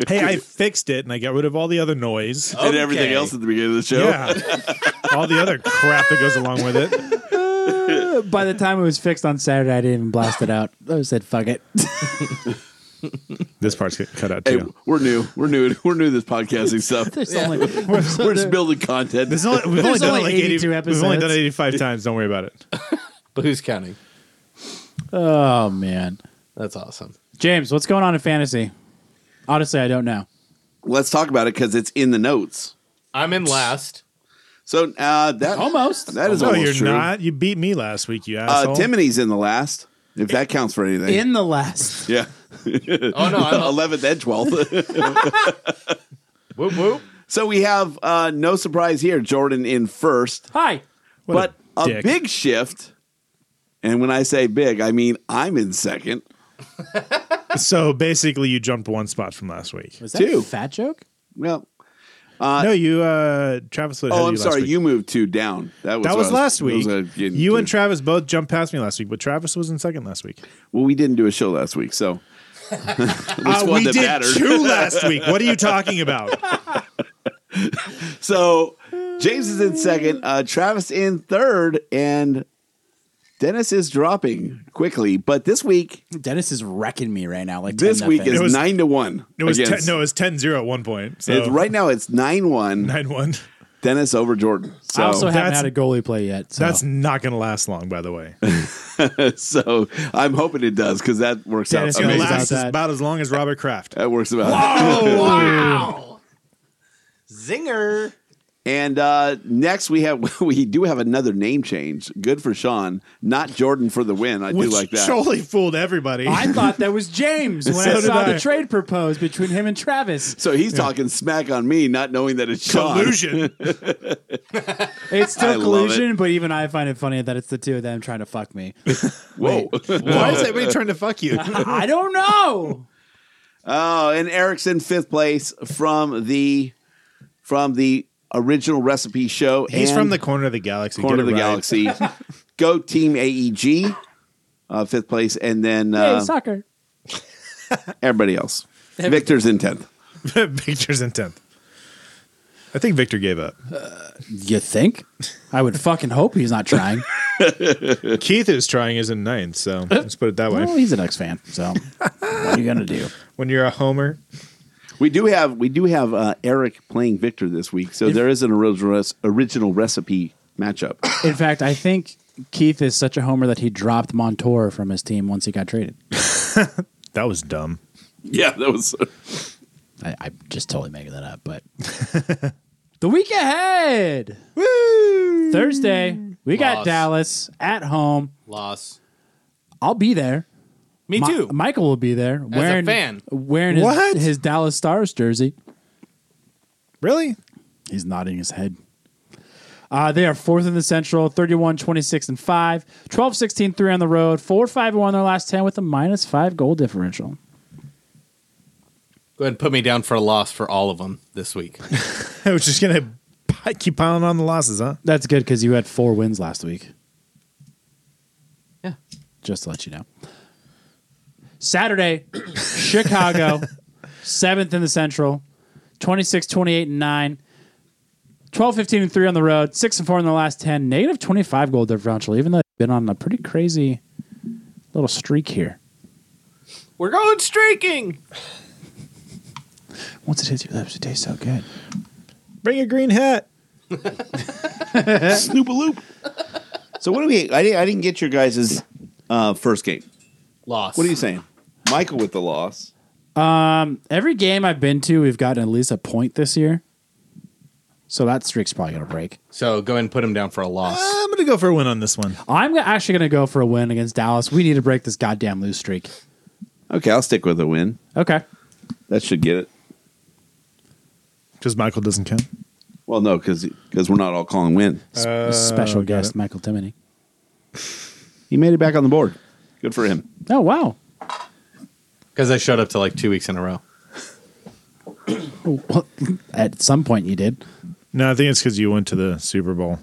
Speaker 2: Hey, I fixed it and I got rid of all the other noise.
Speaker 5: Oh,
Speaker 4: And everything else at the beginning of the show.
Speaker 2: Yeah. all the other crap that goes along with it.
Speaker 3: By the time it was fixed on Saturday, I didn't even blast it out. I said, "Fuck it."
Speaker 2: This part's get cut out
Speaker 4: Hey,
Speaker 2: too.
Speaker 4: we're new. We're new. We're new to this podcasting stuff.
Speaker 3: There's only- so
Speaker 4: We're just
Speaker 3: there-
Speaker 4: building content.
Speaker 2: There's only, we've only
Speaker 3: There's
Speaker 2: done
Speaker 3: only
Speaker 2: like 80
Speaker 3: 82
Speaker 2: We've only done
Speaker 3: episodes.
Speaker 2: 85 times. Don't worry about it.
Speaker 5: but who's counting?
Speaker 3: Oh man,
Speaker 5: That's awesome.
Speaker 3: James, what's going on in fantasy? Honestly, I don't know.
Speaker 4: Let's talk about it because it's in the notes.
Speaker 5: I'm in last.
Speaker 4: So uh, that
Speaker 3: Almost.
Speaker 4: that is
Speaker 2: No,
Speaker 4: almost
Speaker 2: you're
Speaker 4: true.
Speaker 2: not. You beat me last week, you asshole.
Speaker 4: Uh, Timony's in the last, if that counts for anything.
Speaker 3: In the last,
Speaker 4: yeah,
Speaker 5: Oh no, I'm
Speaker 4: eleventh and twelfth.
Speaker 5: whoop whoop.
Speaker 4: so we have uh, no surprise here. Jordan in first,
Speaker 3: hi.
Speaker 4: but
Speaker 2: a
Speaker 4: a,
Speaker 2: dick.
Speaker 4: big shift. And when I say big, I mean I'm in second.
Speaker 2: so basically, you jumped one spot from last week.
Speaker 3: Was that
Speaker 4: Two.
Speaker 3: a fat joke?
Speaker 4: Well,
Speaker 2: no, you, uh, Travis. went ahead
Speaker 4: oh,
Speaker 2: of
Speaker 4: I'm
Speaker 2: last
Speaker 4: sorry,
Speaker 2: week.
Speaker 4: you moved two down. That was
Speaker 2: That
Speaker 4: what
Speaker 2: was
Speaker 4: I
Speaker 2: last
Speaker 4: that was
Speaker 2: week.
Speaker 4: what I was getting
Speaker 2: You
Speaker 4: to.
Speaker 2: and Travis both jumped past me last week, but Travis was in second last week.
Speaker 4: Well, we didn't do a show last week, so At least one
Speaker 2: Uh, we
Speaker 4: that
Speaker 2: did
Speaker 4: mattered.
Speaker 2: two last week. What are you talking about?
Speaker 4: So James is in second, uh, Travis in third, and Dennis is dropping quickly. But this week,
Speaker 3: Dennis is wrecking me right now. Like
Speaker 4: this
Speaker 3: 10
Speaker 4: week
Speaker 3: nothing.
Speaker 4: is
Speaker 2: It was-
Speaker 4: nine to one.
Speaker 2: It was ten,
Speaker 4: against-
Speaker 2: no, it was 10-0 at one point. So
Speaker 4: it's right now it's nine one.
Speaker 2: nine one.
Speaker 4: Dennis over Jordan.
Speaker 3: I
Speaker 4: So
Speaker 3: also haven't
Speaker 2: that's-
Speaker 3: had a goalie play yet. So.
Speaker 2: That's not going to last long, by the way.
Speaker 4: so I'm hoping it does because that works
Speaker 3: Dennis
Speaker 4: out.
Speaker 2: It's going to
Speaker 4: Amazing.
Speaker 3: Amazing.
Speaker 2: last
Speaker 3: Outside.
Speaker 2: about as long as Robert Kraft.
Speaker 4: That works about.
Speaker 5: Zinger.
Speaker 4: And uh, next we have we do have another name change. Good for Sean, not Jordan for the win. I
Speaker 2: Which
Speaker 4: do like that.
Speaker 2: totally fooled everybody.
Speaker 3: I thought that was James when
Speaker 2: So
Speaker 3: I
Speaker 2: did
Speaker 3: saw
Speaker 2: I.
Speaker 3: the trade proposed between him and Travis.
Speaker 4: So he's talking smack on me, not knowing that it's Sean.
Speaker 2: Collusion.
Speaker 3: It's
Speaker 4: I
Speaker 3: still
Speaker 4: love
Speaker 3: collusion, but even I find it funny that it's the two of them trying to fuck me.
Speaker 4: Whoa.
Speaker 2: Why is everybody trying to fuck you?
Speaker 3: I don't know.
Speaker 4: Oh, and Erickson fifth place from the from the original recipe show.
Speaker 2: He's
Speaker 4: and
Speaker 2: from the corner of the galaxy.
Speaker 4: corner
Speaker 2: Get
Speaker 4: of
Speaker 2: it
Speaker 4: the
Speaker 2: right.
Speaker 4: galaxy. Go team AEG, uh, fifth place, and then
Speaker 3: Hey,
Speaker 4: uh,
Speaker 3: soccer.
Speaker 4: everybody else. Victor's in tenth.
Speaker 2: Victor's in tenth. I think Victor gave up.
Speaker 5: Uh,
Speaker 3: You think? I would fucking hope he's not trying.
Speaker 2: Keith is trying is in ninth,
Speaker 5: Uh,
Speaker 2: so let's put it that way.
Speaker 3: well, he's an X fan, so what are you gonna do?
Speaker 2: When you're a homer,
Speaker 4: We do have we do have uh, Eric playing Victor this week, so there is an original res- original recipe matchup.
Speaker 3: In fact, I think Keith is such a homer that he dropped Montour from his team once he got traded.
Speaker 2: that was dumb.
Speaker 4: yeah, that was
Speaker 3: I, I just totally making that up, but the week ahead. Woo! Thursday, we got
Speaker 5: Loss.
Speaker 3: Dallas at home.
Speaker 5: Loss.
Speaker 3: I'll be there.
Speaker 5: Me
Speaker 3: Mi-
Speaker 5: too.
Speaker 3: Michael will be there.
Speaker 5: a
Speaker 3: wearing,
Speaker 5: fan.
Speaker 3: Wearing his,
Speaker 2: What?
Speaker 3: his Dallas Stars jersey.
Speaker 2: Really?
Speaker 3: He's nodding his head. Uh, they are fourth in the Central, 31, 26, and 5, 12, 16, 3 on the road, 4, 5, and 1 in their last 10 with a minus 5 goal differential.
Speaker 5: Go ahead and put me down for a loss for all of them this week.
Speaker 2: I was just gonna pi- keep piling on the losses, huh?
Speaker 3: That's good because you had four wins last week. Yeah. Just to let you know. Saturday, Chicago, seventh in the Central, 26, 28, and 9. 12, 15, and 3 on the road, 6 and 4 in the last 10, negative 25 goal differential, even though they've been on a pretty crazy little streak here.
Speaker 5: We're going streaking.
Speaker 3: Once it hits your lips, it tastes so good.
Speaker 2: Bring a green hat.
Speaker 4: Snoop loop. So what do we? I, di- I didn't get your guys' uh, first game.
Speaker 5: Loss.
Speaker 4: What are you saying, Michael? With the loss,
Speaker 3: Every game I've been to, we've gotten at least a point this year. So that streak's probably going to break.
Speaker 5: So go ahead and put him down for a loss.
Speaker 2: Uh, I'm gonna go for a win on this one.
Speaker 3: I'm go- actually going to go for a win against Dallas. We need to break this goddamn lose streak.
Speaker 4: okay, I'll stick with a win.
Speaker 3: Okay.
Speaker 4: That should get it.
Speaker 2: Because Michael doesn't count.
Speaker 4: Well, no, because we're not all calling win.
Speaker 3: S-
Speaker 5: Uh,
Speaker 3: special guest Michael Timoney.
Speaker 4: He made it back on the board. Good for him.
Speaker 3: Oh wow.
Speaker 5: Because I showed up to like two weeks in a row.
Speaker 3: Well, at some point you did.
Speaker 2: No, I think it's because you went to the Super Bowl.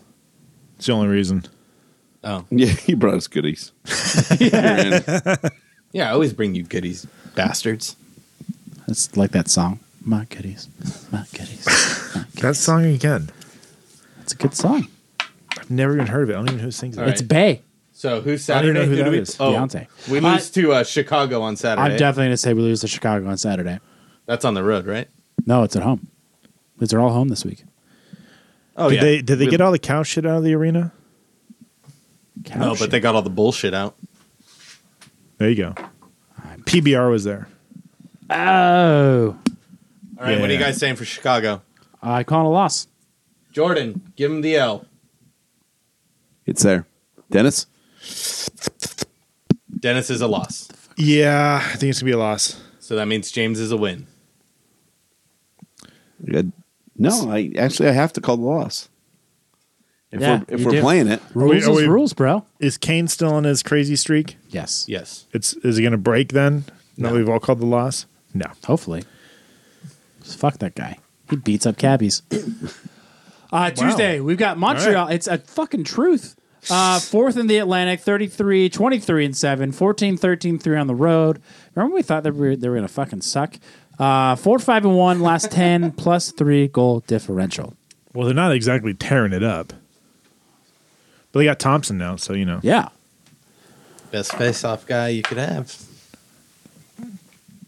Speaker 2: It's the only reason.
Speaker 5: Oh.
Speaker 4: Yeah, he brought us goodies. yeah.
Speaker 5: Yeah, I always bring you goodies, bastards.
Speaker 3: That's like that song. My goodies. My goodies. My goodies.
Speaker 2: That song again.
Speaker 3: It's a good song.
Speaker 2: I've never even heard of it. I don't even know who sings it.
Speaker 5: All right.
Speaker 3: It's Bay.
Speaker 5: So who's
Speaker 2: I don't even
Speaker 5: Saturday?
Speaker 2: know who
Speaker 5: Who do
Speaker 2: that
Speaker 5: we-
Speaker 2: is.
Speaker 5: Oh,
Speaker 3: Beyonce.
Speaker 5: We
Speaker 3: I-
Speaker 5: lose to uh, Chicago on Saturday.
Speaker 3: I'm definitely gonna say we lose to Chicago on Saturday.
Speaker 5: That's on the road, right?
Speaker 3: No, it's at home. Because they're all home this week.
Speaker 2: Oh, did
Speaker 5: yeah.
Speaker 2: they did they get all the cow shit out of the arena?
Speaker 3: Couch.
Speaker 5: No, Oh, but they got all the bullshit out.
Speaker 2: There you go. PBR was there.
Speaker 3: Oh,
Speaker 5: All right, what are you
Speaker 2: Yeah.
Speaker 5: guys saying for Chicago?
Speaker 3: I call it a loss.
Speaker 5: Jordan, give him the L.
Speaker 4: It's there. Dennis?
Speaker 5: Dennis is a loss.
Speaker 2: Yeah, I think it's gonna be a loss.
Speaker 5: So that means James is a win.
Speaker 4: Good. No, I actually I have to call the loss. If
Speaker 3: Yeah,
Speaker 4: we're, if
Speaker 3: you
Speaker 4: we're
Speaker 3: do.
Speaker 4: playing it.
Speaker 3: Rules
Speaker 2: we- are
Speaker 3: is
Speaker 2: we-
Speaker 3: rules, bro.
Speaker 2: Is Kane still on his crazy streak?
Speaker 3: Yes.
Speaker 5: Yes.
Speaker 2: It's is it gonna break then? Now that we've all called the loss. No.
Speaker 3: Hopefully. Fuck that guy. He beats up cabbies. uh, Tuesday, we've got Montreal. It's a fucking truth. Uh, fourth in the Atlantic, 33, 23 and 7, 14, 13, 3 on the road. Remember, we thought that we were, they were going to fucking suck. Uh, 4, 5, and 1, last 10, plus 3 goal differential.
Speaker 2: Well, they're not exactly tearing it up. But they got Thompson now, so you know.
Speaker 3: Yeah.
Speaker 5: Best face-off guy you could have.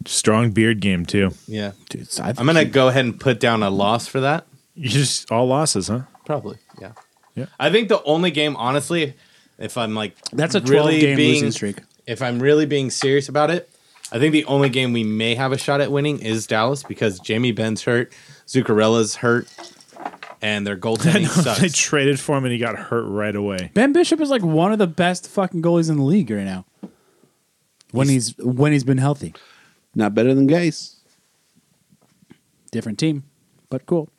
Speaker 2: Strong beard game too.
Speaker 5: Yeah.
Speaker 3: Dude, so I think
Speaker 5: I'm gonna go ahead and put down a loss for that.
Speaker 2: You just all losses, huh?
Speaker 5: Probably. Yeah.
Speaker 2: Yeah.
Speaker 5: I think the only game, honestly, if I'm like
Speaker 3: that's a 12 game losing streak.
Speaker 5: if I'm really being serious about it, I think the only game we may have a shot at winning is Dallas because Jamie Ben's hurt, Zuccarella's hurt, and their goaltending
Speaker 2: they
Speaker 5: sucks.
Speaker 2: traded for him and he got hurt right away.
Speaker 3: Ben Bishop is like one of the best fucking goalies in the league right now. When he's when he's been healthy.
Speaker 4: Not better than Gase.
Speaker 3: Different team, but cool.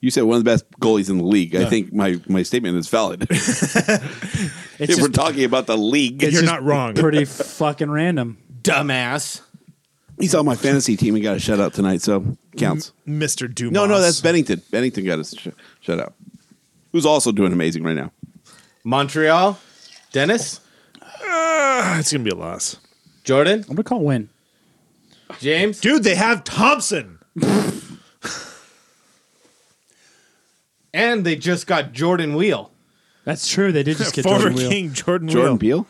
Speaker 4: You said one of the best goalies in the league. I think my, my statement is valid. if
Speaker 3: It's
Speaker 4: we're
Speaker 3: just
Speaker 4: talking about the league,
Speaker 2: You're not wrong.
Speaker 3: pretty fucking random.
Speaker 5: Dumbass.
Speaker 4: he's on my fantasy team and got a shutout tonight, so counts.
Speaker 2: Mr. Dumas.
Speaker 4: No, no, that's Bennington. Bennington got a sh- shutout. Who's also doing amazing right now.
Speaker 5: Montreal, Dennis,
Speaker 2: Ah, it's gonna be a loss.
Speaker 5: Jordan,
Speaker 3: I'm gonna call win.
Speaker 5: James.
Speaker 2: Dude, they have Thompson.
Speaker 5: And they just got Jordan Wheel.
Speaker 3: That's true. They did just get
Speaker 2: Former
Speaker 3: Jordan Wheel.
Speaker 2: King Jordan,
Speaker 4: Jordan
Speaker 2: Wheel.
Speaker 4: Peele.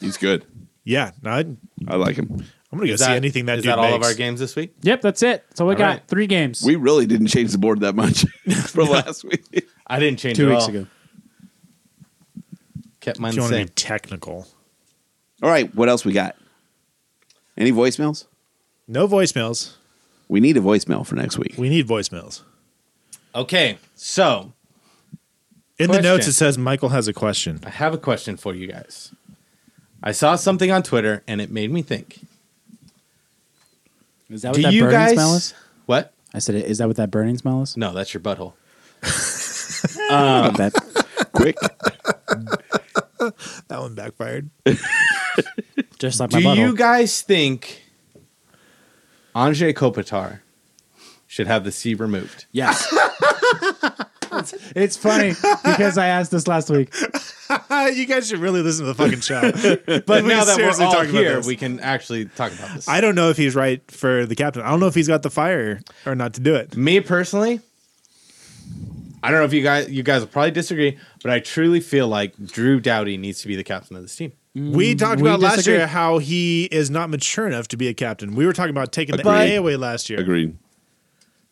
Speaker 4: He's good.
Speaker 2: Yeah, no, I'd-
Speaker 4: I like him.
Speaker 2: I'm gonna go
Speaker 5: Is
Speaker 2: see
Speaker 5: that-
Speaker 2: anything that
Speaker 5: is
Speaker 2: dude
Speaker 5: that all of
Speaker 2: makes.
Speaker 5: our games this week?
Speaker 3: Yep, that's it. So we
Speaker 5: All
Speaker 3: got
Speaker 5: right.
Speaker 3: three games.
Speaker 4: We really didn't change the board that much from last week.
Speaker 5: I didn't change
Speaker 3: two
Speaker 5: it
Speaker 3: weeks
Speaker 5: all.
Speaker 3: ago.
Speaker 5: Kept
Speaker 2: If
Speaker 5: mine
Speaker 2: you
Speaker 5: the
Speaker 2: want to
Speaker 5: same.
Speaker 2: be technical?
Speaker 4: All right, what else we got? Any voicemails?
Speaker 2: No voicemails.
Speaker 4: We need a voicemail for next week.
Speaker 2: We need voicemails.
Speaker 5: Okay, so
Speaker 2: In the
Speaker 5: Question.
Speaker 2: notes, it says Michael has a question.
Speaker 5: I have a question for you guys. I saw something on Twitter and it made me think.
Speaker 3: Is that
Speaker 5: Do
Speaker 3: what that
Speaker 5: you
Speaker 3: burning
Speaker 5: guys-
Speaker 3: smell is?
Speaker 5: What?
Speaker 3: I said, is that what that burning smell is?
Speaker 5: No, that's your butthole.
Speaker 3: Um, that,
Speaker 4: Quick,
Speaker 2: That one backfired.
Speaker 3: just like my
Speaker 5: Do
Speaker 3: butthole.
Speaker 5: you guys think Andre Kopitar should have the C removed?
Speaker 3: yes. it's, it's funny because I asked this last week.
Speaker 2: Uh, you guys should really listen to the fucking show.
Speaker 5: But now that we're
Speaker 2: seriously
Speaker 5: all
Speaker 2: talking about
Speaker 5: here,
Speaker 2: this.
Speaker 5: we can actually talk about this.
Speaker 2: I don't know if he's right for the captain. I don't know if he's got the fire or not to do it.
Speaker 5: Me personally, I don't know if you guys you guys will probably disagree, but I truly feel like Drew Doughty needs to be the captain of this team.
Speaker 2: We talked
Speaker 3: we
Speaker 2: about last
Speaker 3: disagree.
Speaker 2: year how he is not mature enough to be a captain. We were talking about taking the
Speaker 4: Agreed.
Speaker 2: A away last year.
Speaker 4: agreed.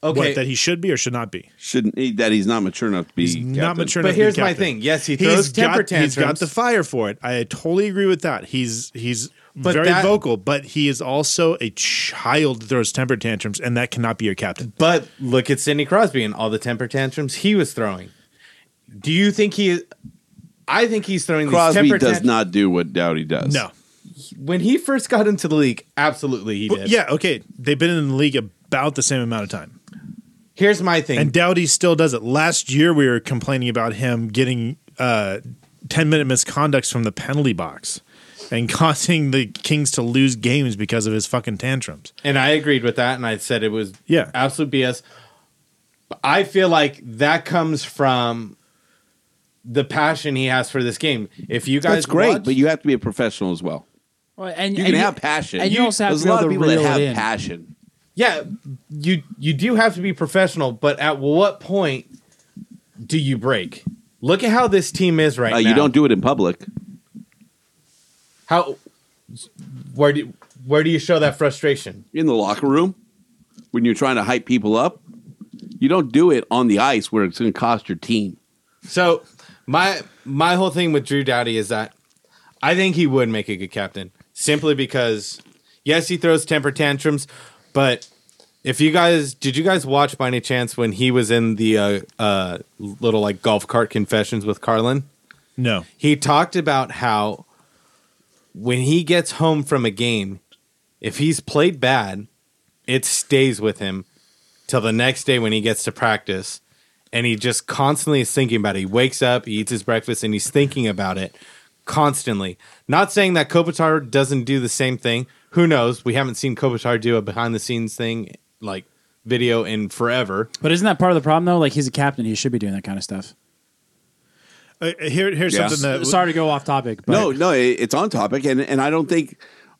Speaker 5: Okay,
Speaker 2: What, that he should be or should not be.
Speaker 4: Shouldn't he, that he's not mature enough to be
Speaker 2: He's not
Speaker 4: captain.
Speaker 2: mature enough.
Speaker 5: but
Speaker 2: to be
Speaker 5: here's my
Speaker 2: captain.
Speaker 5: thing. Yes, he throws
Speaker 2: He's
Speaker 5: temper
Speaker 2: got,
Speaker 5: tantrums.
Speaker 2: he's got the fire for it. I totally agree with that. He's he's
Speaker 5: But
Speaker 2: very
Speaker 5: that-
Speaker 2: vocal, but he is also a child that throws temper tantrums, and that cannot be your captain.
Speaker 5: But look at Sidney Crosby and all the temper tantrums he was throwing. Do you think he? I think he's throwing these
Speaker 4: Crosby
Speaker 5: temper
Speaker 4: does
Speaker 5: tantrums.
Speaker 4: not do what Dowdy does.
Speaker 2: No.
Speaker 5: When he first got into the league, absolutely he did.
Speaker 2: Well, yeah, okay. They've been in the league about the same amount of time.
Speaker 5: Here's my thing.
Speaker 2: And Dowdy still does it. Last year we were complaining about him getting uh, 10 minute misconducts from the penalty box and causing the Kings to lose games because of his fucking tantrums.
Speaker 5: And I agreed with that, and I said it was
Speaker 2: Yeah.
Speaker 5: absolute BS. But I feel like that comes from the passion he has for this game. If you guys,
Speaker 4: that's great,
Speaker 5: watch-
Speaker 4: but you have to be a professional as well.
Speaker 3: Well, and,
Speaker 4: You
Speaker 3: and
Speaker 4: can have passion.
Speaker 3: And you, also have
Speaker 4: There's
Speaker 3: to
Speaker 4: a
Speaker 3: be
Speaker 4: lot
Speaker 3: able
Speaker 4: of
Speaker 3: to
Speaker 4: people that
Speaker 3: reel it
Speaker 4: have
Speaker 3: in.
Speaker 4: passion.
Speaker 5: yeah, you you do have to be professional. But at what point do you break? Look at how this team is right
Speaker 4: Uh,
Speaker 5: now.
Speaker 4: you don't do it in public.
Speaker 5: how. Where do where do you show that frustration?
Speaker 4: in the locker room when you're trying to hype people up. You don't do it on the ice where it's going to cost your team.
Speaker 5: So my my whole thing with Drew Dowdy is that I think he would make a good captain simply because yes, he throws temper tantrums, but if you guys did you guys watch by any chance when he was in the uh, uh, little like golf cart confessions with Carlin?
Speaker 2: No.
Speaker 5: He talked about how when he gets home from a game, if he's played bad, it stays with him till the next day when he gets to practice. And he just constantly is thinking about it. He wakes up, he eats his breakfast, and he's thinking about it constantly. Not saying that Kopitar doesn't do the same thing. Who knows? We haven't seen Kopitar do a behind the scenes thing like video in forever.
Speaker 3: But isn't that part of the problem though? Like he's a captain, he should be doing that kind of stuff.
Speaker 2: Uh, here, here's
Speaker 4: Yeah.
Speaker 2: something that.
Speaker 3: Sorry to go off topic, but
Speaker 4: Uh, No, no, it, it's on topic, and and I don't think,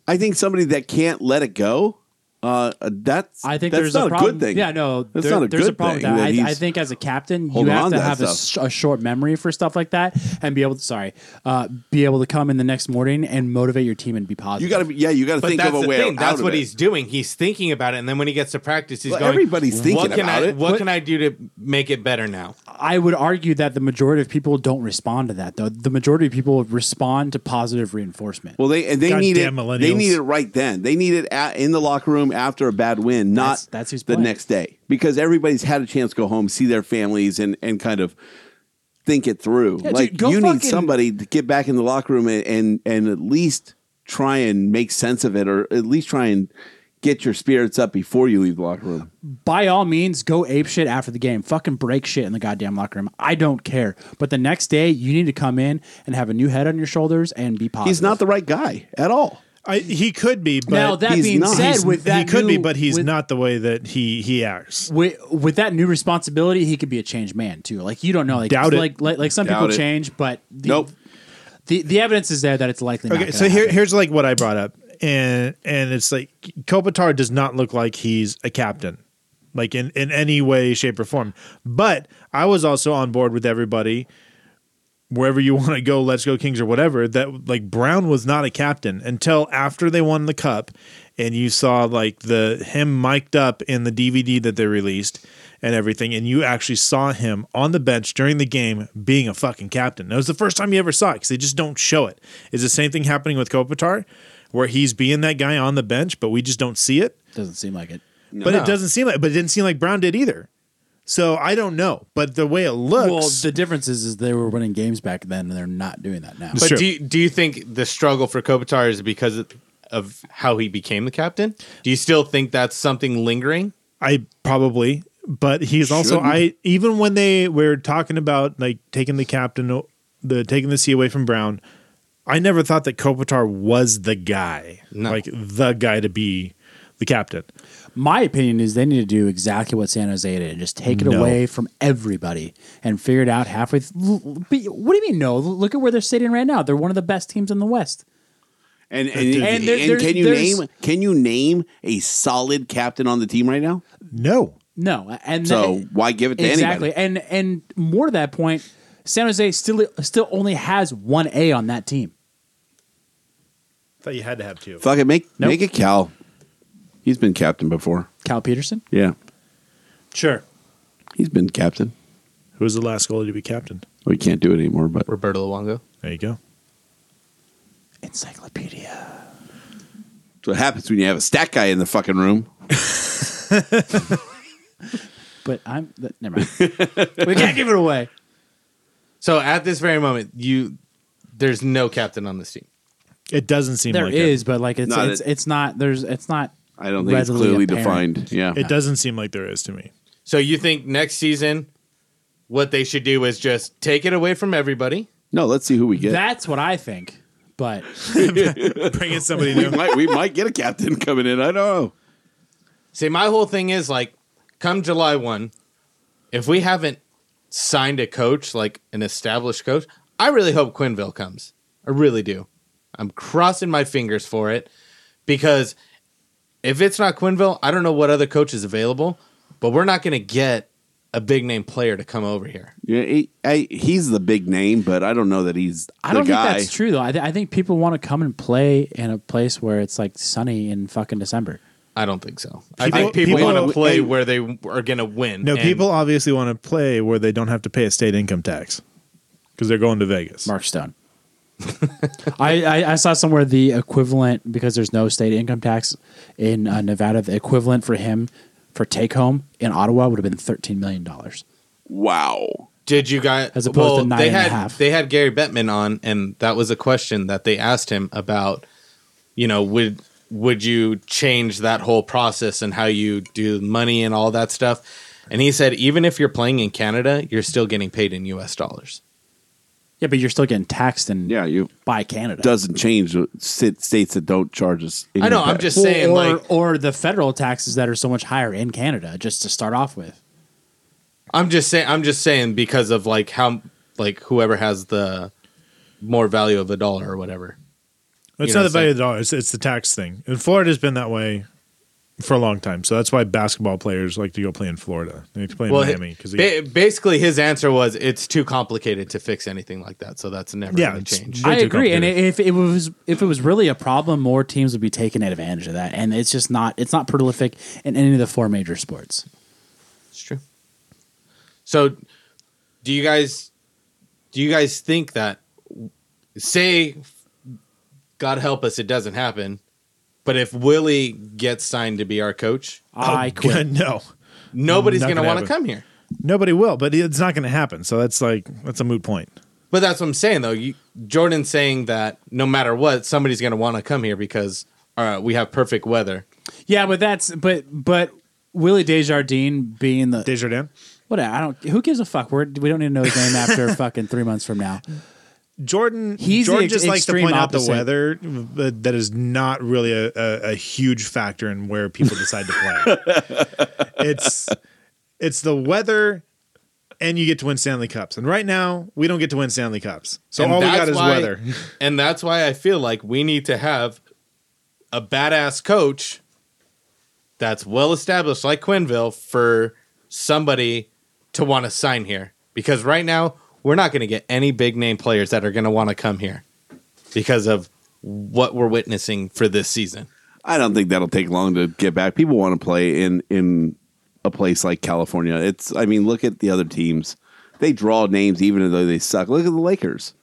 Speaker 4: I think somebody that can't let it go, uh, that's
Speaker 3: I think
Speaker 4: that's
Speaker 3: there's
Speaker 4: not
Speaker 3: a problem.
Speaker 4: good thing.
Speaker 3: Yeah, no,
Speaker 4: that's
Speaker 3: there-
Speaker 4: not a
Speaker 3: there's
Speaker 4: good
Speaker 3: a problem
Speaker 4: thing.
Speaker 3: with that. I, I
Speaker 4: he's-
Speaker 3: think as a captain, you
Speaker 4: holding
Speaker 3: have
Speaker 4: on
Speaker 3: to
Speaker 4: to that
Speaker 3: have a, sh-
Speaker 4: stuff.
Speaker 3: a short memory for stuff like that, and be able to sorry, uh, be able to come in the next morning and motivate your team and be positive.
Speaker 4: you got to, be yeah, you got to
Speaker 5: But
Speaker 4: think
Speaker 5: that's
Speaker 4: of a
Speaker 5: the
Speaker 4: way
Speaker 5: thing.
Speaker 4: out
Speaker 5: That's
Speaker 4: of
Speaker 5: what
Speaker 4: it.
Speaker 5: he's doing. He's thinking about it, and then when he gets to practice, he's
Speaker 4: Well,
Speaker 5: going.
Speaker 4: everybody's
Speaker 5: what
Speaker 4: thinking
Speaker 5: can
Speaker 4: about
Speaker 5: I,
Speaker 4: it."
Speaker 5: What
Speaker 4: But-
Speaker 5: can I do to make it better now?
Speaker 3: I would argue that the majority of people don't respond to that though. The majority of people respond to positive reinforcement.
Speaker 4: Well, they and they need it.
Speaker 2: Goddamn
Speaker 4: They
Speaker 2: millennials.
Speaker 4: need it right then. They need it at, in the locker room after a bad win, not
Speaker 3: That's- that's who's
Speaker 4: the
Speaker 3: playing.
Speaker 4: next day, because everybody's had a chance to go home, see their families, and and kind of think it through.
Speaker 3: Yeah,
Speaker 4: like
Speaker 3: dude, go
Speaker 4: you need
Speaker 3: fucking-
Speaker 4: somebody to get back in the locker room and, and and at least try and make sense of it, or at least try and get your spirits up before you leave the locker room.
Speaker 3: by all means, go ape shit after the game. Fucking break shit in the goddamn locker room. I don't care. But the next day, you need to come in and have a new head on your shoulders and be positive.
Speaker 4: He's not the right guy at all.
Speaker 2: I, he could be, but.
Speaker 3: now that
Speaker 4: he's
Speaker 3: being
Speaker 4: not.
Speaker 3: said,
Speaker 4: He's-
Speaker 3: with that
Speaker 2: he could be,
Speaker 3: new-
Speaker 2: but he's
Speaker 3: with-
Speaker 2: not the way that he he acts.
Speaker 3: With, with that new responsibility, he could be a changed man too. Like you don't know, like
Speaker 2: Doubt it.
Speaker 3: like, like like some people
Speaker 4: Doubt it.
Speaker 3: change, but the,
Speaker 4: Nope.
Speaker 3: the the evidence is there that it's likely. not
Speaker 2: Okay,
Speaker 3: gonna
Speaker 2: so here,
Speaker 3: happen.
Speaker 2: here's like what I brought up, and and it's like Kopitar does not look like he's a captain. like in, in any way, shape, or form. But I was also on board with everybody, wherever you want to go, let's go Kings or whatever, that like Brown was not a captain until after they won the cup and you saw like the him mic'd up in the DVD that they released and everything, and you actually saw him on the bench during the game being a fucking captain. That was the first time you ever saw it because they just don't show it. It's the same thing happening with Kopitar, where he's being that guy on the bench, but we just don't see it
Speaker 3: Doesn't seem like it.
Speaker 2: but it doesn't seem like but it didn't seem like Brown did either. So I don't know, but the way it looks,
Speaker 3: Well, the difference is, is they were winning games back then, and they're not doing that now.
Speaker 2: Sure.
Speaker 5: But do you, do you think the struggle for Kopitar is because of, of how he became the captain? Do you still think that's something lingering?
Speaker 2: I probably, but he's also I even when they were talking about like taking the captain the taking the C away from Brown, I never thought that Kopitar was the guy,
Speaker 5: No.
Speaker 2: like the guy to be the captain.
Speaker 3: My opinion is they need to do exactly what San Jose did and just take it
Speaker 2: No.
Speaker 3: away from everybody and figure it out halfway. Th- l- l- be- what do you mean? No, L- look at where they're sitting right now. They're one of the best teams in the West.
Speaker 4: And and, and,
Speaker 3: there- there's-
Speaker 4: can you
Speaker 3: there's-
Speaker 4: name can you name a solid captain on the team right now?
Speaker 2: No,
Speaker 3: No, and
Speaker 4: So
Speaker 3: that-
Speaker 4: why give it to
Speaker 3: exactly.
Speaker 4: anybody?
Speaker 3: And and more to that point, San Jose still still only has one A on that team.
Speaker 2: I thought you had to have two.
Speaker 4: Fuck it, make
Speaker 3: Nope.
Speaker 4: make it Cal. He's been captain before.
Speaker 3: Cal Peterson.
Speaker 4: Yeah,
Speaker 2: Sure.
Speaker 4: he's been captain.
Speaker 2: Who was the last goalie to be captain?
Speaker 4: We can't do it anymore, but
Speaker 5: Roberto Luongo.
Speaker 2: There you go.
Speaker 3: Encyclopedia.
Speaker 4: that's what happens when you have a stat guy in the fucking room.
Speaker 3: But I'm th- never mind. we can't give it away.
Speaker 5: So at this very moment, you there's no captain on this team.
Speaker 2: It doesn't seem
Speaker 3: There is,
Speaker 2: like
Speaker 3: but like it's
Speaker 4: No,
Speaker 3: it's,
Speaker 4: that-
Speaker 3: it's not. There's it's not.
Speaker 4: I don't think it's
Speaker 3: readily
Speaker 4: clearly
Speaker 3: apparent.
Speaker 4: defined. Yeah,
Speaker 2: it. It doesn't seem like there is to me.
Speaker 5: So you think next season, what they should do is just take it away from everybody.
Speaker 4: no. Let's see who we get.
Speaker 3: That's what I think. But
Speaker 2: Bring in somebody
Speaker 4: we
Speaker 2: new.
Speaker 4: might we might get a captain coming in. I don't know.
Speaker 5: See, my whole thing is like, come July one, if we haven't signed a coach, like an established coach, I really hope Quinville comes. I really do. I'm crossing my fingers for it because if it's not Quinville, I don't know what other coach is available, but we're not going to get a big name player to come over here.
Speaker 4: Yeah, he, I, he's the big name, but I don't know that he's
Speaker 3: I
Speaker 4: the
Speaker 3: don't
Speaker 4: guy.
Speaker 3: think that's true though. I, th- I think people want to come and play in a place where it's like sunny in fucking December.
Speaker 5: I don't think so. I
Speaker 2: People-
Speaker 5: think people,
Speaker 2: people-
Speaker 5: want to play
Speaker 4: Hey.
Speaker 5: where they are going to win.
Speaker 2: No,
Speaker 5: and-
Speaker 2: people obviously want to play where they don't have to pay a state income tax because they're going to Vegas.
Speaker 3: Mark Stone. I, I, I saw somewhere the equivalent because there's no state income tax in uh, Nevada. The equivalent for him for take home in Ottawa would have been thirteen million dollars.
Speaker 4: Wow.
Speaker 5: Did you guys
Speaker 3: As opposed to nine
Speaker 5: they
Speaker 3: and a
Speaker 5: had
Speaker 3: half.
Speaker 5: they had Gary Bettman on, and that was a question that they asked him about. You know, would would you change that whole process and how you do money and all that stuff? And he said, even if you're playing in Canada, you're still getting paid in U.S. dollars.
Speaker 3: Yeah, but you're still getting taxed and
Speaker 4: Yeah, you
Speaker 3: by Canada.
Speaker 4: doesn't change the sit- states that don't charge us.
Speaker 5: I know. I'm
Speaker 4: tax.
Speaker 5: just
Speaker 3: Or-
Speaker 5: saying,
Speaker 3: or,
Speaker 5: like,
Speaker 3: or the federal taxes that are so much higher in Canada, just to start off with.
Speaker 5: I'm just saying, I'm just saying because of like how like whoever has the more value of a dollar or whatever.
Speaker 2: It's
Speaker 5: You know what
Speaker 2: not the
Speaker 5: I'm
Speaker 2: value of the dollar; it's, it's the tax thing. And Florida's been that way for a long time, so that's why basketball players like to go play in Florida. They like to play in Miami because
Speaker 5: ba- basically his answer was it's too complicated to fix anything like that, so that's never
Speaker 2: Yeah,
Speaker 5: going to
Speaker 2: it's-
Speaker 5: change.
Speaker 2: Way
Speaker 3: I
Speaker 2: too
Speaker 3: agree, and
Speaker 2: complicated.
Speaker 3: if it was if it was really a problem, more teams would be taking advantage of that, and it's just not it's not prolific in any of the four major sports.
Speaker 5: It's true. So, do you guys do you guys think that say God help us it doesn't happen, but if Willie gets signed to be our coach,
Speaker 3: I quit.
Speaker 2: Oh, no,
Speaker 5: nobody's
Speaker 2: Not
Speaker 5: going to
Speaker 2: gonna
Speaker 5: want to
Speaker 2: happen.
Speaker 5: come here.
Speaker 2: nobody will. But it's not going to happen. So that's like that's a moot point.
Speaker 5: But that's what I'm saying though. You, Jordan's saying that no matter what, somebody's going to want to come here because all right, we have perfect weather.
Speaker 3: Yeah, but that's but but Willie Desjardins being the
Speaker 2: Desjardins,
Speaker 3: what I don't who gives a fuck. We're, we don't need to know his name after fucking three months from now.
Speaker 2: Jordan.
Speaker 3: He's the
Speaker 2: Jordan
Speaker 3: ex-
Speaker 2: just likes to
Speaker 3: extreme
Speaker 2: point out
Speaker 3: opposite.
Speaker 2: the weather but that is not really a, a, a huge factor in where people decide to play. it's it's the weather. And you get to win Stanley Cups. And right now, we don't get to win Stanley Cups. So all we
Speaker 5: that's
Speaker 2: got is
Speaker 5: why-
Speaker 2: weather.
Speaker 5: and that's why I feel like we need to have a badass coach that's well established, like Quinville, for somebody to want to sign here. Because right now, we're not going to get any big name players that are going to want to come here because of what we're witnessing for this season.
Speaker 4: I don't think that'll take long to get back. People want to play in in a place like California. It's I mean, look at the other teams. They draw names even though they suck. Look at the Lakers.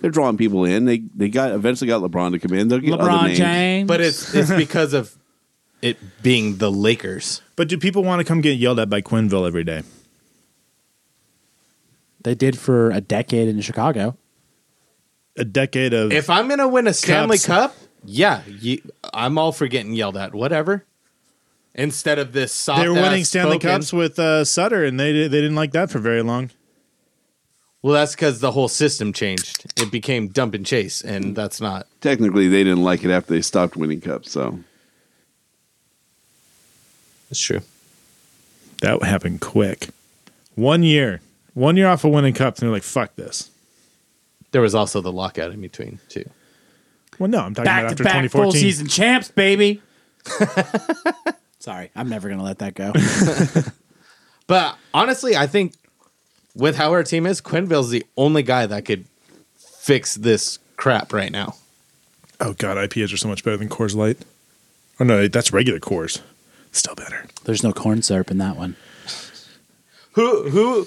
Speaker 4: They're drawing people in. They they got eventually got LeBron to come in. They'll get other
Speaker 3: LeBron
Speaker 4: names.
Speaker 3: James.
Speaker 5: But it's it's because of it being the Lakers.
Speaker 2: But do people want to come get yelled at by Quinville every day?
Speaker 3: they did for a decade in Chicago.
Speaker 2: A decade of
Speaker 5: If I'm going to win a Stanley Cup,
Speaker 2: Cups.
Speaker 5: yeah, you, I'm all for getting yelled at. Whatever. Instead of this soft
Speaker 2: they were winning
Speaker 5: ass
Speaker 2: Stanley
Speaker 5: spoken-
Speaker 2: Cups with uh, Sutter, and they di- they didn't like that for very long.
Speaker 5: Well, that's because the whole system changed. It became dump and chase, and that's not.
Speaker 4: Technically, they didn't like it after they stopped winning cups. So
Speaker 5: That's true.
Speaker 2: That happened quick. One year, one year off of winning cups, and they're like, "Fuck this."
Speaker 5: There was also the lockout in between too.
Speaker 2: Well, no, I'm talking about
Speaker 3: Back
Speaker 2: after
Speaker 3: to back full
Speaker 2: 2014.
Speaker 3: season champs, baby. Sorry, I'm never gonna let that go.
Speaker 5: But honestly, I think with how our team is, Quinville's the only guy that could fix this crap right now.
Speaker 2: Oh god, IPAs are so much better than Coors Light. Oh no, that's regular Coors. Still better.
Speaker 3: There's no corn syrup in that one.
Speaker 5: Who who?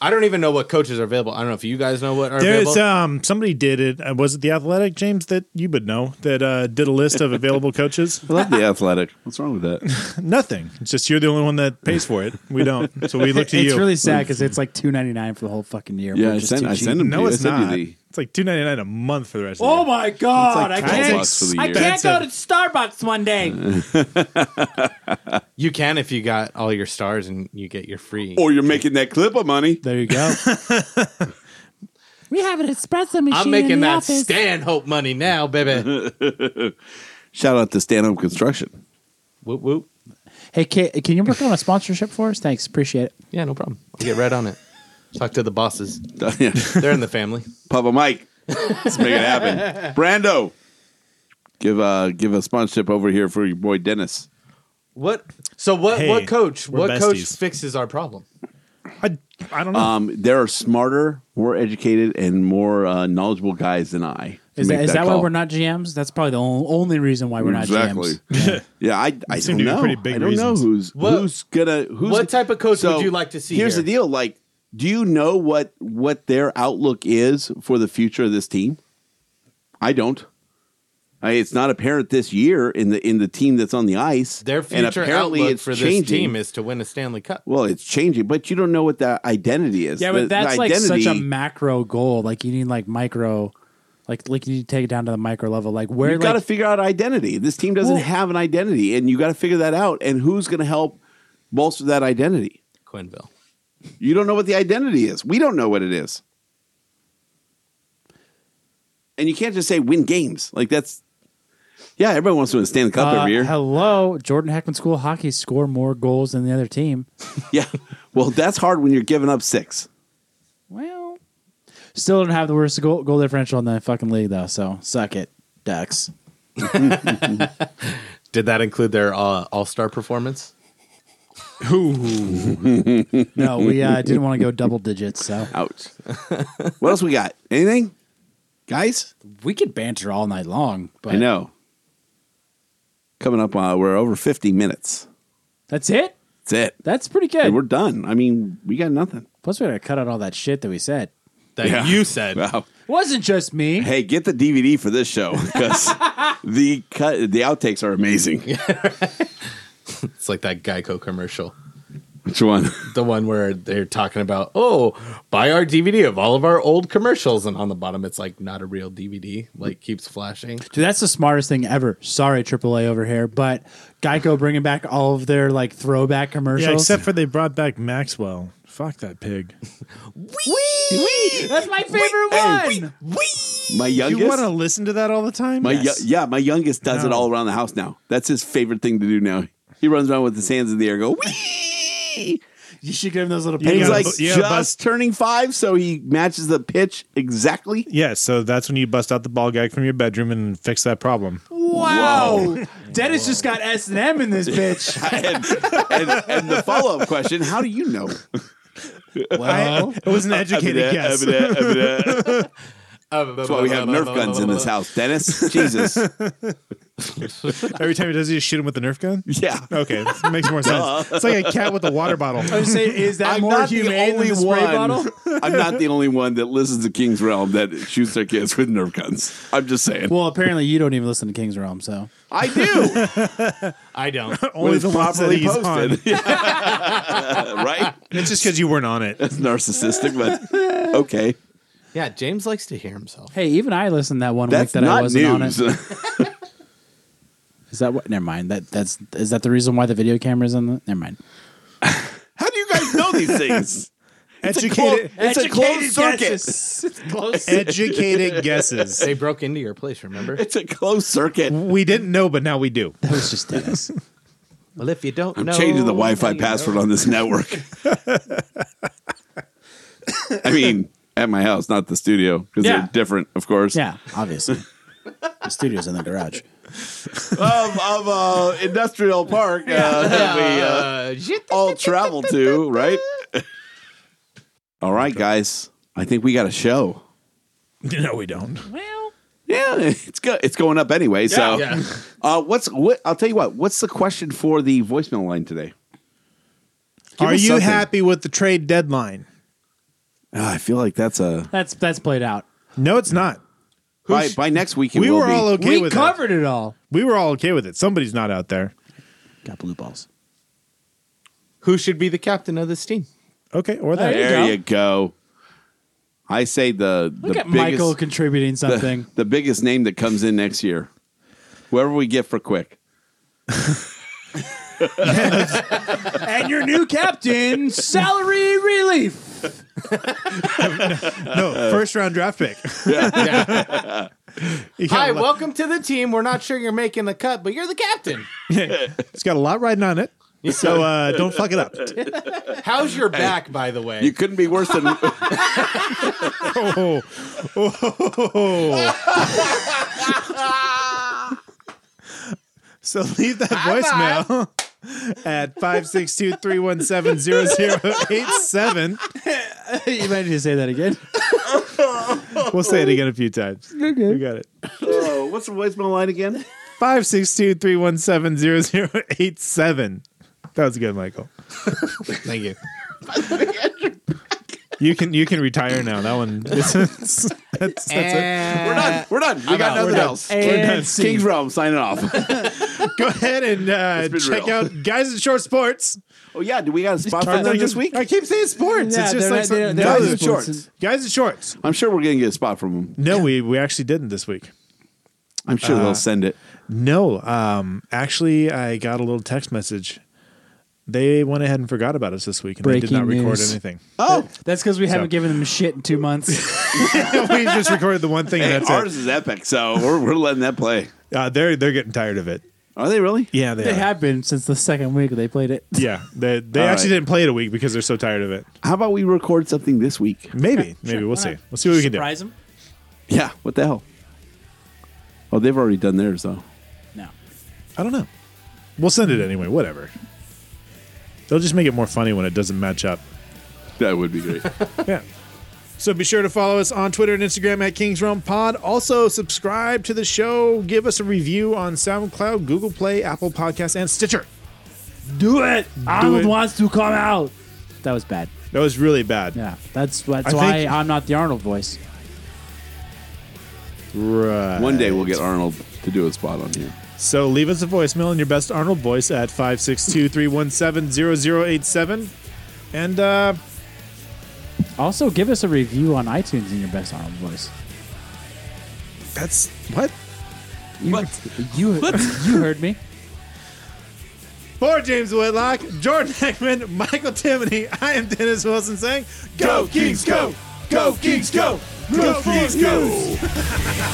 Speaker 5: I don't even know what coaches are available. I don't know if you guys know what are
Speaker 2: There's
Speaker 5: available.
Speaker 2: um somebody did it. Uh, was it the Athletic James that you would know that uh, did a list of available coaches?
Speaker 4: I love the athletic. What's wrong with that?
Speaker 2: Nothing. It's just you're the only one that pays for it. We don't. So we look to
Speaker 3: it's
Speaker 2: you.
Speaker 3: really sad because it's like two ninety nine for the whole fucking year.
Speaker 4: Yeah,
Speaker 3: We're
Speaker 4: I
Speaker 3: just
Speaker 4: sent
Speaker 3: too
Speaker 4: I
Speaker 3: cheap.
Speaker 4: sent them.
Speaker 2: no,
Speaker 4: to,
Speaker 2: it's
Speaker 4: I sent you
Speaker 2: not.
Speaker 4: the-
Speaker 2: It's like two ninety nine a month for the rest.
Speaker 3: Oh
Speaker 2: of the year.
Speaker 3: my god!
Speaker 4: like
Speaker 3: I
Speaker 4: 12
Speaker 3: can't.
Speaker 4: bucks for the
Speaker 3: I
Speaker 4: year.
Speaker 3: can't
Speaker 2: That's
Speaker 3: go
Speaker 2: a-
Speaker 3: to Starbucks one day.
Speaker 5: you can if you got all your stars and you get your free.
Speaker 2: Oh,
Speaker 4: Or you're making that clip of money.
Speaker 3: there you go. we have an espresso machine.
Speaker 5: I'm making that Stanhope money now, baby.
Speaker 4: Shout out to Stand Up Construction.
Speaker 5: whoop whoop.
Speaker 3: Hey, can, can you work on a sponsorship for us? Thanks, appreciate it.
Speaker 5: Yeah, no problem. I'll get right on it. Talk to the bosses.
Speaker 4: Yeah.
Speaker 5: They're in the family.
Speaker 4: Papa Mike. Let's make it happen. Brando. Give uh give a sponsorship over here for your boy Dennis.
Speaker 5: What? So what?
Speaker 2: Hey,
Speaker 5: what coach?
Speaker 2: we're
Speaker 5: What coach
Speaker 2: besties.
Speaker 5: fixes our problem?
Speaker 2: I, I don't know.
Speaker 4: Um, there are smarter, more educated, and more uh, knowledgeable guys than I. to
Speaker 3: Is
Speaker 4: make
Speaker 3: that, is that why
Speaker 4: call.
Speaker 3: we're not GMs? That's probably the on- only reason why we're
Speaker 4: exactly?
Speaker 3: not GMs.
Speaker 4: Yeah, I, I
Speaker 2: seem
Speaker 4: don't
Speaker 2: to be
Speaker 4: know.
Speaker 2: pretty big
Speaker 4: I don't know
Speaker 2: reasons.
Speaker 4: who's
Speaker 5: What-
Speaker 4: who's gonna who's
Speaker 5: what type of coach
Speaker 4: So,
Speaker 5: would you like to see
Speaker 4: Here's
Speaker 5: here?
Speaker 4: the deal: like, do you know what what their outlook is for the future of this team? I don't. I, it's not apparent this year in the in the team that's on the ice.
Speaker 5: Their future outlook for this team is to win a Stanley Cup.
Speaker 4: well, it's changing, but you don't know what that identity is.
Speaker 3: Yeah,
Speaker 4: The-
Speaker 3: but
Speaker 4: the
Speaker 3: that's like such a
Speaker 4: identity-
Speaker 3: macro goal. Like you need like micro, like like you need to take it down to the micro level. Like where
Speaker 4: you
Speaker 3: like
Speaker 4: got to figure out identity. This team doesn't
Speaker 3: Well-
Speaker 4: have an identity, and you got to figure that out. And who's going to help bolster that identity?
Speaker 5: Quinville.
Speaker 4: You don't know what the identity is. We don't know what it is. And you can't just say win games. Like that's yeah, everybody wants to win Stanley Cup
Speaker 3: uh,
Speaker 4: every year.
Speaker 3: hello, Jordan Heckman School of Hockey score more goals than the other team.
Speaker 4: Yeah. Well, that's hard when you're giving up six.
Speaker 3: Well, still don't have the worst goal, goal differential in the fucking league though. So suck it, Ducks.
Speaker 5: Did that include their uh, All Star performance?
Speaker 3: No, we uh, didn't want to go double digits. So
Speaker 4: Ouch. what else we got? Anything? Guys?
Speaker 3: we could banter all night long. But
Speaker 4: I know. Coming up uh, we're over 50 minutes.
Speaker 3: that's it.
Speaker 4: That's it.
Speaker 3: That's pretty good.
Speaker 4: And we're done. I mean, we got nothing.
Speaker 3: Plus, we had to cut out all that shit that we said.
Speaker 5: That
Speaker 4: Yeah.
Speaker 5: you said.
Speaker 4: Wow.
Speaker 3: It wasn't just me.
Speaker 4: Hey, get the DVD for this show because the cut, the outtakes are amazing.
Speaker 5: It's like that Geico commercial.
Speaker 4: Which one?
Speaker 5: The one where they're talking about, oh, buy our DVD of all of our old commercials. And on the bottom, it's like not a real DVD, like keeps flashing.
Speaker 3: Dude, that's the smartest thing ever. Sorry, AAA over here, but Geico bringing back all of their like throwback commercials.
Speaker 2: yeah, except for they brought back Maxwell. Fuck that pig.
Speaker 3: that's my favorite one.
Speaker 4: My youngest.
Speaker 2: You want to listen to that all the time?
Speaker 4: my yo-
Speaker 2: Yes.
Speaker 4: yeah, my youngest does it
Speaker 2: No.
Speaker 4: all around the house now. That's his favorite thing to do now. He runs around with his hands in the air, go wee.
Speaker 3: You should give them those little.
Speaker 2: Yeah,
Speaker 4: And he's
Speaker 2: yeah,
Speaker 4: like
Speaker 2: bu- yeah,
Speaker 4: just
Speaker 2: bust-
Speaker 4: turning five, so he matches the pitch exactly.
Speaker 2: Yeah, so that's when you bust out the ball gag from your bedroom and fix that problem.
Speaker 3: Wow, Dennis just got S and M in this bitch.
Speaker 4: and, and, and the follow up question: How do you know?
Speaker 2: I, it was an educated guess.
Speaker 4: That's
Speaker 5: That's
Speaker 4: why we have Nerf guns in this house, Dennis. Jesus,
Speaker 2: Every time he does, it, you shoot him with the Nerf gun.
Speaker 4: yeah.
Speaker 2: Okay, this makes more sense. It's like a cat with a water bottle.
Speaker 3: I would say, is that more humane than the spray bottle?
Speaker 4: I'm not the only one that listens to King's Realm that shoots their kids with Nerf guns. I'm just saying.
Speaker 3: Well, apparently you don't even listen to King's Realm, so
Speaker 4: I do.
Speaker 5: I don't.
Speaker 2: Only the ones that he's on.
Speaker 4: right?
Speaker 2: It's just because you weren't on it.
Speaker 4: It's narcissistic, but okay.
Speaker 5: Yeah, James likes to hear himself.
Speaker 3: hey, even I listened that one
Speaker 4: That's
Speaker 3: week that I
Speaker 4: not
Speaker 3: wasn't on
Speaker 4: news.
Speaker 3: it. Is that what? Never mind. That that's is that the reason why the video camera's on the? Never mind.
Speaker 4: How do you guys know these things?
Speaker 2: Educated,
Speaker 4: It's a closed circuit.
Speaker 2: educated guesses.
Speaker 5: They broke into your place, remember?
Speaker 4: It's a closed circuit.
Speaker 2: We didn't know, but now we do.
Speaker 3: That was just Dennis.
Speaker 5: Well, if you don't
Speaker 4: I'm
Speaker 5: know,
Speaker 4: changing the
Speaker 5: now
Speaker 4: Wi-Fi
Speaker 5: you
Speaker 4: password on this network. I mean, at my house, not the studio, because
Speaker 3: Yeah.
Speaker 4: they're different, of course.
Speaker 3: yeah, obviously. The studio's in the garage.
Speaker 4: Of, of uh, industrial park uh, that we uh, all travel to, right? all right, guys. I think we got a show.
Speaker 2: No, we don't.
Speaker 3: Well,
Speaker 4: Yeah, it's go- it's going up anyway.
Speaker 5: know.
Speaker 4: so,
Speaker 5: Yeah.
Speaker 4: Uh, what's what? I'll tell you what. What's the question for the voicemail line today?
Speaker 2: Are
Speaker 4: us
Speaker 2: you
Speaker 4: something.
Speaker 2: happy with the trade deadline?
Speaker 4: Uh, I feel like that's a
Speaker 3: that's that's played out.
Speaker 2: No, it's not.
Speaker 4: by, by next week. It
Speaker 2: we
Speaker 4: will
Speaker 2: were
Speaker 4: be.
Speaker 2: all okay
Speaker 3: we
Speaker 2: with it.
Speaker 3: covered it all.
Speaker 2: We were all okay with it. Somebody's not out there.
Speaker 3: Got blue balls.
Speaker 5: Who should be the captain of this team?
Speaker 2: Okay, or
Speaker 3: There
Speaker 2: that.
Speaker 3: you
Speaker 4: There
Speaker 3: go.
Speaker 4: you go. I say the the
Speaker 3: Look at
Speaker 4: biggest
Speaker 3: Michael contributing
Speaker 4: the-
Speaker 3: something.
Speaker 4: the biggest name that comes in next year, whoever we get for quick.
Speaker 3: and your new captain, salary relief.
Speaker 2: No, first round draft pick. You got
Speaker 5: Hi,
Speaker 2: a lot-
Speaker 5: welcome to the team. We're not sure you're making the cut, but you're the captain.
Speaker 2: It's got a lot riding on it. So uh, don't fuck it up.
Speaker 5: How's your back, by the way?
Speaker 4: You couldn't be worse than
Speaker 2: Oh, so leave that voicemail at 562-317-0087.
Speaker 3: you might need to say that again.
Speaker 2: We'll say it again a few times. We got it.
Speaker 4: oh, what's the voicemail line again?
Speaker 2: 562-317-0087. That was good, Michael.
Speaker 5: Thank you.
Speaker 2: You can you can retire now. That one that's, that's, that's it.
Speaker 4: We're done. We're done. We got
Speaker 5: out.
Speaker 4: nothing
Speaker 5: We're done.
Speaker 4: else.
Speaker 3: And
Speaker 4: King's Realm signing off.
Speaker 2: Go ahead and uh,
Speaker 4: been
Speaker 2: check
Speaker 4: real.
Speaker 2: out Guys in Short Sports.
Speaker 4: oh yeah, do we got a spot for them this week?
Speaker 2: I keep saying sports.
Speaker 3: Yeah,
Speaker 2: it's just
Speaker 3: they're
Speaker 2: like
Speaker 3: not-
Speaker 2: some-
Speaker 3: they're- they're
Speaker 4: Guys
Speaker 3: not
Speaker 4: in
Speaker 3: sports.
Speaker 4: shorts.
Speaker 2: Guys in shorts.
Speaker 4: I'm sure we're gonna get a spot from them.
Speaker 2: No, we we actually didn't this week.
Speaker 4: I'm sure they'll send it.
Speaker 2: No, um, actually, I got a little text message. They went ahead and forgot about us this week, and they did
Speaker 3: Breaking
Speaker 2: not record
Speaker 3: news.
Speaker 2: anything.
Speaker 4: Oh,
Speaker 3: That's because we
Speaker 2: So-
Speaker 3: haven't given them shit in two months.
Speaker 2: we just recorded the one thing, and that's
Speaker 4: ours is epic, so we're, we're letting that play.
Speaker 2: it. Uh, they're they're getting tired of it.
Speaker 4: Are they really?
Speaker 2: Yeah, they,
Speaker 3: they
Speaker 2: are.
Speaker 3: have been since the second week they played it.
Speaker 2: Yeah, they they
Speaker 4: All
Speaker 2: actually
Speaker 4: right.
Speaker 2: didn't play it a week because they're so tired of it.
Speaker 4: How about we record something this week?
Speaker 2: Maybe, maybe we'll see. We'll see what we can
Speaker 3: Surprise them?
Speaker 4: Yeah. What the hell? Oh, they've already done theirs though.
Speaker 3: No.
Speaker 2: do. I don't know. We'll send it anyway. Whatever. They'll just make it more funny when it doesn't match up.
Speaker 4: That would be great.
Speaker 2: Yeah. So be sure to follow us on Twitter and Instagram at Kings Realm Pod. Also, subscribe to the show. Give us a review on SoundCloud, Google Play, Apple Podcasts, and Stitcher.
Speaker 3: Do it.
Speaker 2: it.
Speaker 3: wants to come out. That was bad.
Speaker 2: That was really bad.
Speaker 3: Yeah, that's that's
Speaker 2: I
Speaker 3: why
Speaker 2: think-
Speaker 3: I'm not the Arnold voice.
Speaker 2: Right.
Speaker 4: One day we'll get Arnold to do a spot on here.
Speaker 2: So leave us a voicemail in your best Arnold voice at 562 317 0087. And uh,
Speaker 3: Also, give us a review on iTunes in your best Arnold voice.
Speaker 2: that's what?
Speaker 3: You, You, you heard me.
Speaker 2: For James Whitlock, Jordan Heckman, Michael Timoney, I am Dennis Wilson saying, Go, Kings, go! Go, Kings, go! Go, Kings, go!